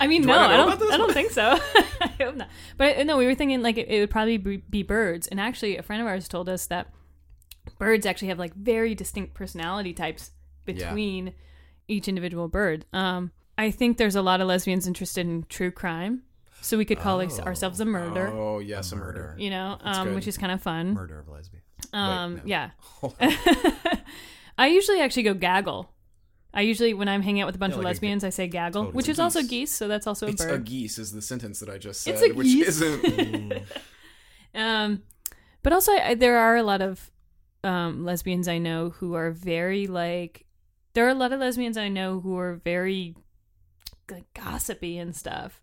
I mean, Do I no, not I, know about don't. this? I don't think so. I hope not. But uh, no, we were thinking like it, it would probably be, be birds. And actually, a friend of ours told us that birds actually have like very distinct personality types between each individual bird. Um, I think there's a lot of lesbians interested in true crime, so we could call ours- ourselves a murder. Oh yes, a murder. You know, um, good. which is kind of fun. Murder of lesbian. Um, yeah. I usually actually go gaggle. I usually when I'm hanging out with a bunch of like a lesbians, I say gaggle, which is also geese, so that's also a It's a bird. geese is the sentence that I just said, It's a which geese. isn't. um, but also I, there are a lot of um, lesbians I know who are very like. There are a lot of lesbians I know who are very like gossipy and stuff.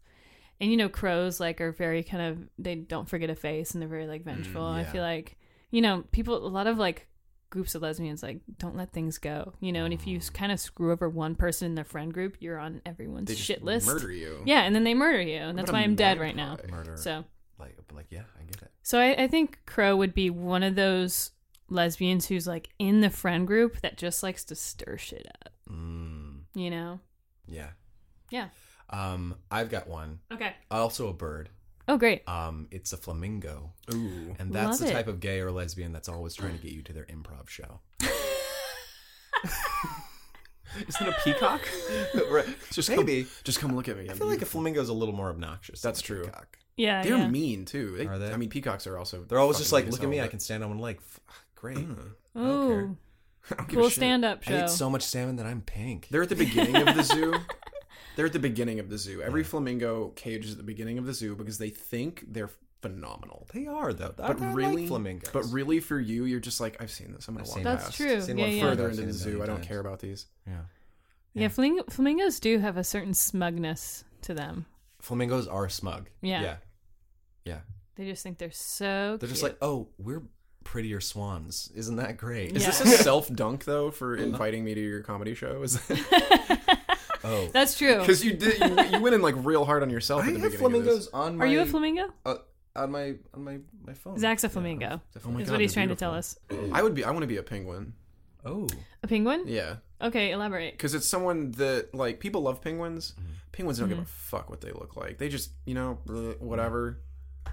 And you know, crows like are very kind of they don't forget a face and they're very Mm, like vengeful. I feel like you know people a lot of like groups of lesbians like don't let things go. You know, and if you kind of screw over one person in their friend group, you're on everyone's Mm. They just shit list. murder you. Yeah, and then they murder you, and that's why I'm dead right now. Murder. So Like, but like, yeah, I get it. so I, I think Crow would be one of those lesbians who's like in the friend group that just likes to stir shit up. Mm, You know? yeah. Yeah. Um, I've got one. Okay. Also a bird. Oh, great. Um, it's a flamingo, Ooh. and that's Love the it. type of gay or lesbian that's always trying to get you to their improv show. Isn't it a peacock? just Maybe. Come, just come look at me. I feel like a flamingo is a little more obnoxious. than That's a true. peacock. Yeah. They're yeah. mean too. They, Are they? I mean, peacocks are also. They're always just like, fucking look at amazing, me, I but- can stand on one leg. F- Great. I don't care. Ooh, I don't give a cool shit. stand up I show. eat so much salmon that I'm pink. They're at the beginning of the zoo. They're at the beginning of the zoo. Every flamingo cage is at the beginning of the zoo because they think they're phenomenal. They are though. I- But I like really, flamingos. but really, for you, you're just like, I've seen this. I'm gonna I've walk seen That's past. true. Seen Yeah, one yeah. Further I've into seen the it a zoo, million I don't times. care about these. Yeah. yeah, fling- flamingos do have a certain smugness to them. Flamingos are smug. Yeah. Yeah. Yeah. They just think they're so. They're just cute. like, oh, we're prettier swans. Isn't that great? Is Yeah. this a self dunk though for inviting me to your comedy show? Is Oh. That's true. because you did you, you went in like real hard on yourself. I at the have beginning of this. flamingos on my Are you a flamingo? uh, on my on my my phone. Zach's a flamingo. definitely. is Oh God, what he's they're trying to beautiful. tell us. I would be. I want to be a penguin. Oh. A penguin? Yeah, Okay, elaborate. because it's someone that like people love penguins. Penguins don't Mm-hmm. give a fuck what they look like. They just you know bleh, whatever,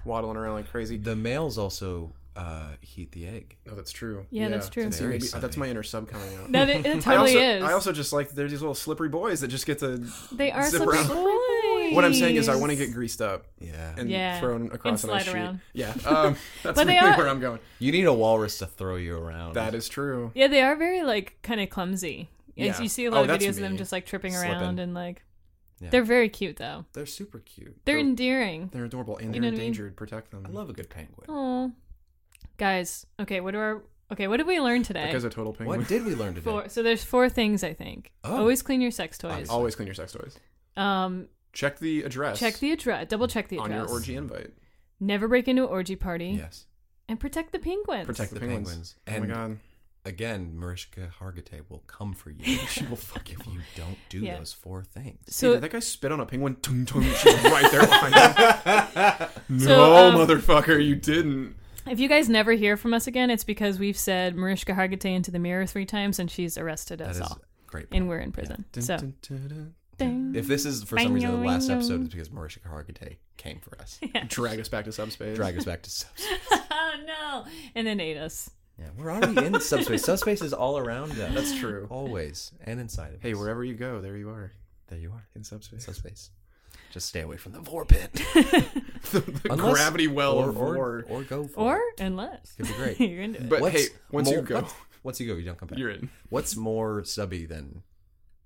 waddling around like crazy. The males also uh, heat the egg. No, that's true. Yeah, that's true. And see, Very maybe- sunny. that's my inner sub coming out. No, it, it I also, totally is. I also just like there's these little slippery boys that just get to. they are zip such around. boys. What I'm saying is, I want to get greased up Yeah. and Yeah. thrown across And on a slide sheet. around. Yeah, um, that's But they maybe are- where I'm going. you need a walrus to throw you around. That is true. Yeah, they are very like kind of clumsy. Yeah. Yeah. You see a Oh, lot of that's videos of them me. just like tripping Slipping. around and like Yeah. they're very cute though. They're super cute. They're endearing. They're adorable and they're know what I mean? endangered. Protect them. I love a good penguin. Oh, guys. Okay, what do our okay? What did we learn today? because a total penguin. What did we learn today? four. So there's four things I think. Oh. Always clean your sex toys. Always clean your sex toys. Um, Check the address. check the address. Double check the on your address. orgy invite. Oh Never break into an orgy party. Yes. And protect the penguins. Protect the, The penguins. penguins. oh my And- god. Again, Mariska Hargitay will come for you. she will fuck if you don't do Yeah. those four things. Dude, So did that guy spit on a penguin. Tung, tung, she's right there behind him. no, So, um, motherfucker, you didn't. if you guys never hear from us again, it's because we've said Mariska Hargitay into the mirror three times and she's arrested That us is all, great. and point. we're in prison. Dun, So. dun, dun, dun. Ding. If this is for some reason the Bang, last bang, episode, bang. it's because Marisha Hargitay came for us, Drag us back to subspace. drag us back to subspace. oh no! And then ate us. Yeah, we're already in subspace. Subspace is all around us. That's true. always and inside of Hey, us. wherever you go, there you are there you are in subspace. subspace. Just stay away from the vor pit. the Unless- gravity well or, of or, war. or go for Or it. unless Could be great. you're into it. But What's hey, once you more- go, what's- once you go, you don't come back. you're in. What's more subby than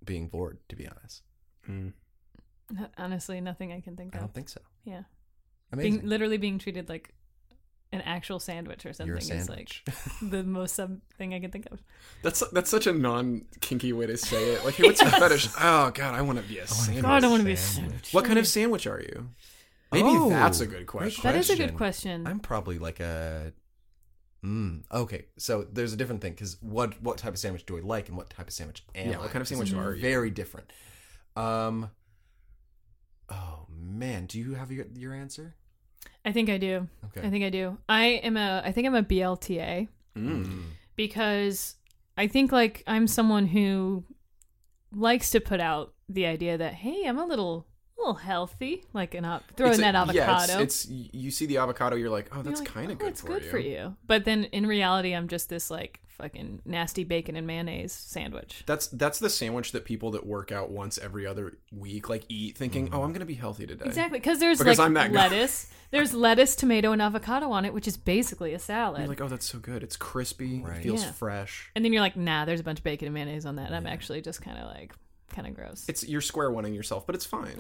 being bored? To be honest, Mm. No- Honestly, nothing I can think I of. don't think so. Yeah, Oh. Amazing. being literally being treated like an actual sandwich or something You're a is like sandwich. the most sub thing I can think of. That's that's such a non kinky way to say it. Like, hey, what's your fetish? Oh god, I want to be a sandwich. God, I don't want to be a sandwich. What kind of sandwich are you? Maybe Oh, that's a good great question. That is a good question. I'm probably like a. Mm, okay, so there's a different thing because what what type of sandwich do I like and what type of sandwich am Yeah, I? what kind of 'Cause it's sandwich are you? Very different. Um. Oh man, do you have your your answer? I think I do. Okay. I think I do. I am a. I think I'm a BLTA. because I think like I'm someone who likes to put out the idea that hey, I'm a little little healthy, like an up throwing It's a- that avocado. Yeah, it's, it's you see the avocado, you're like, oh, that's You're like, kind "Oh, of good. It's for good you. for you. But then in reality, I'm just this like fucking nasty bacon and mayonnaise sandwich. That's that's the sandwich that people that work out once every other week like eat, thinking, oh, I'm gonna be healthy today. Mm. Exactly, because there's Because like I'm that guy. lettuce. There's lettuce, tomato, and avocado on it, which is basically a salad. You're like, oh, that's so good. It's crispy. It feels Yeah. fresh. and then you're like, nah, there's a bunch of bacon and mayonnaise on that. And I'm actually just kind of like, kind of gross. It's you're square oneing yourself, but it's fine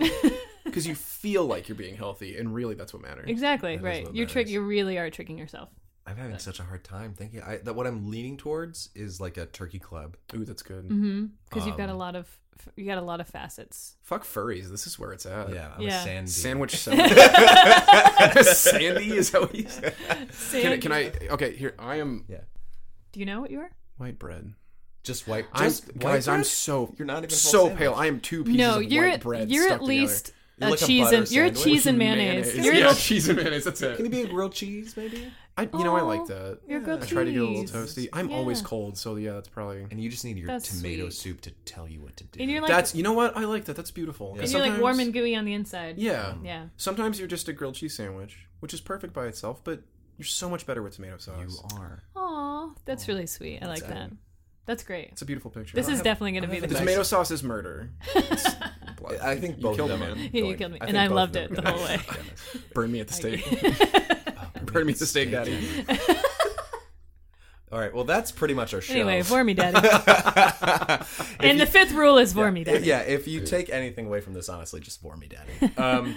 because you feel like you're being healthy, and really that's what matters. exactly right. what You trick. matters. You really are tricking yourself. I'm having such a hard time thinking. I, that what I'm leaning towards is like a turkey club. Ooh, that's good. Mm-hmm. because you've got Um, a lot of you got a lot of facets. Fuck furries. This is where it's at. Yeah, I'm Yeah. a sandy. Sandwich sandwich. Sandy is how he's. Can, I- can I? Okay, here I am. yeah, Do you know what you are? White bread. just white. I'm, Just white guys, I'm bread? so You're not even a full so sandwich. pale. I am two pieces no, of you're white bread. you're stuck at least together. You're a like a cheese butter and you're a sandwich cheese and With mayonnaise. You're a yeah, little, cheese and mayonnaise. That's it. Can it be a grilled cheese maybe? I, you know, I Aw, like that. Oh, you're grilled I try to get a little cheese. toasty. I'm always Yeah. cold, so yeah, that's probably. And you just need your That's tomato sweet. soup to tell you what to do. and you're like that's you know what I like that. That's beautiful. 'Cause and you're like warm sometimes- and gooey on the inside. yeah. yeah. Sometimes you're just a grilled cheese sandwich, which is perfect by itself, but you're so much better with tomato sauce. you are. Aw, that's really sweet. I like that. That's great. It's a beautiful picture. This is definitely going to be the the best. tomato sauce is murder. It's blood. I think both killed of me, them. man. are Yeah, you going- killed me. think And I both of loved them it are the going- whole way. Burn me at the stake. Oh, Burn me at the stake, daddy. All right. Well, that's pretty much our show. Anyway, Vormy Daddy. and the fifth rule is Vormy Daddy. yeah, if you take anything away from this, honestly, just for me, Daddy. Um,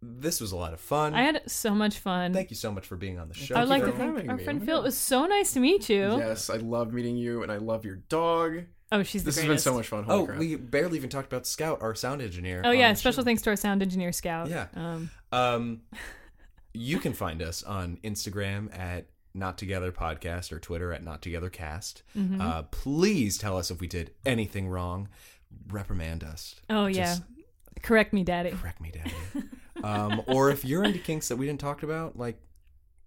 this was a lot of fun. I had so much fun. Thank you so much for being on the show. I would like for to thank having our me. friend Phil. It was so nice to meet you. Yes, I love meeting you, and I love your dog. Oh, she's the This has been greatest. so much fun. Holy Oh, crap. we barely even talked about Scout, our sound engineer. Oh on yeah, the special thanks to our sound engineer Scout. Yeah. Um, Um, you can find us on Instagram at Not Together Podcast or Twitter at Not Together Cast. Mm-hmm. Uh, please tell us if we did anything wrong. Reprimand us. oh yeah. Just Correct me, Daddy. wreck me down. um, or if you're into kinks that we didn't talk about, like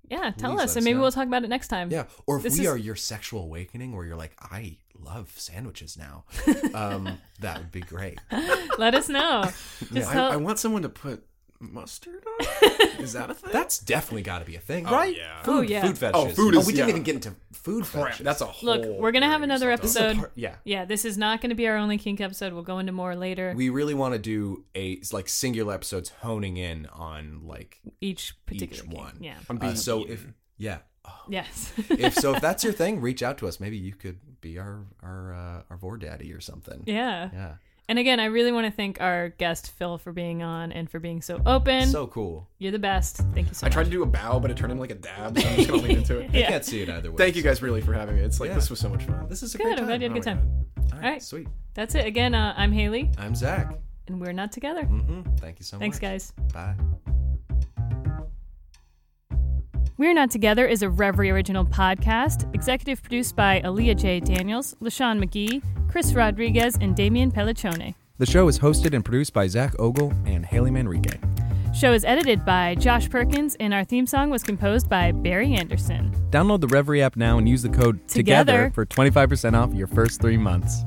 Yeah, tell Please let us, us and maybe know. we'll talk about it next time. yeah, or if This we is- are your sexual awakening, where you're like, I love sandwiches now. Um, that would be great. Let us know. Just I, tell- I want someone to put mustard on. it. is that a thing? That's definitely got to be a thing, right? yeah. Food, Oh, yeah. food fetishes. food is- we didn't yeah. even get into food Crap, fetishes. That's a whole. look, we're gonna have another episode. Part- yeah. yeah, this is not going to be our only kink episode. We'll go into more later. We really want to do a like singular episodes honing in on like each each particular kink. one. Yeah. I'm uh, so if yeah. Yes. If so if that's your thing, reach out to us. Maybe you could be our our uh, our vor daddy or something. yeah. yeah. And again, I really want to thank our guest Phil for being on and for being so open. So cool. You're the best. Thank you I so much. tried to do a bow, but it turned into like a dab, so I'm just gonna lean into it. I yeah. can't see it either way. Thank you guys really for having me. It's like Yeah. this was so much fun. This is a Good. great I'm time. glad you had a good Oh my time. All All right. Sweet. That's it. Again, uh, I'm Haley, I'm Zach. and we're not together. Mm-hmm. Thank you so Thanks, much. guys. Bye. We're Not Together is a Reverie Original podcast, executive produced by Aaliyah J. Daniels, LaShawn McGee, Chris Rodriguez, and Damian Pelliccione. The show is hosted and produced by Zach Ogle and Haley Manrique. Show is edited by Josh Perkins, and our theme song was composed by Barry Anderson. Download the Reverie app now and use the code Together. TOGETHER, for 25% off your first three months.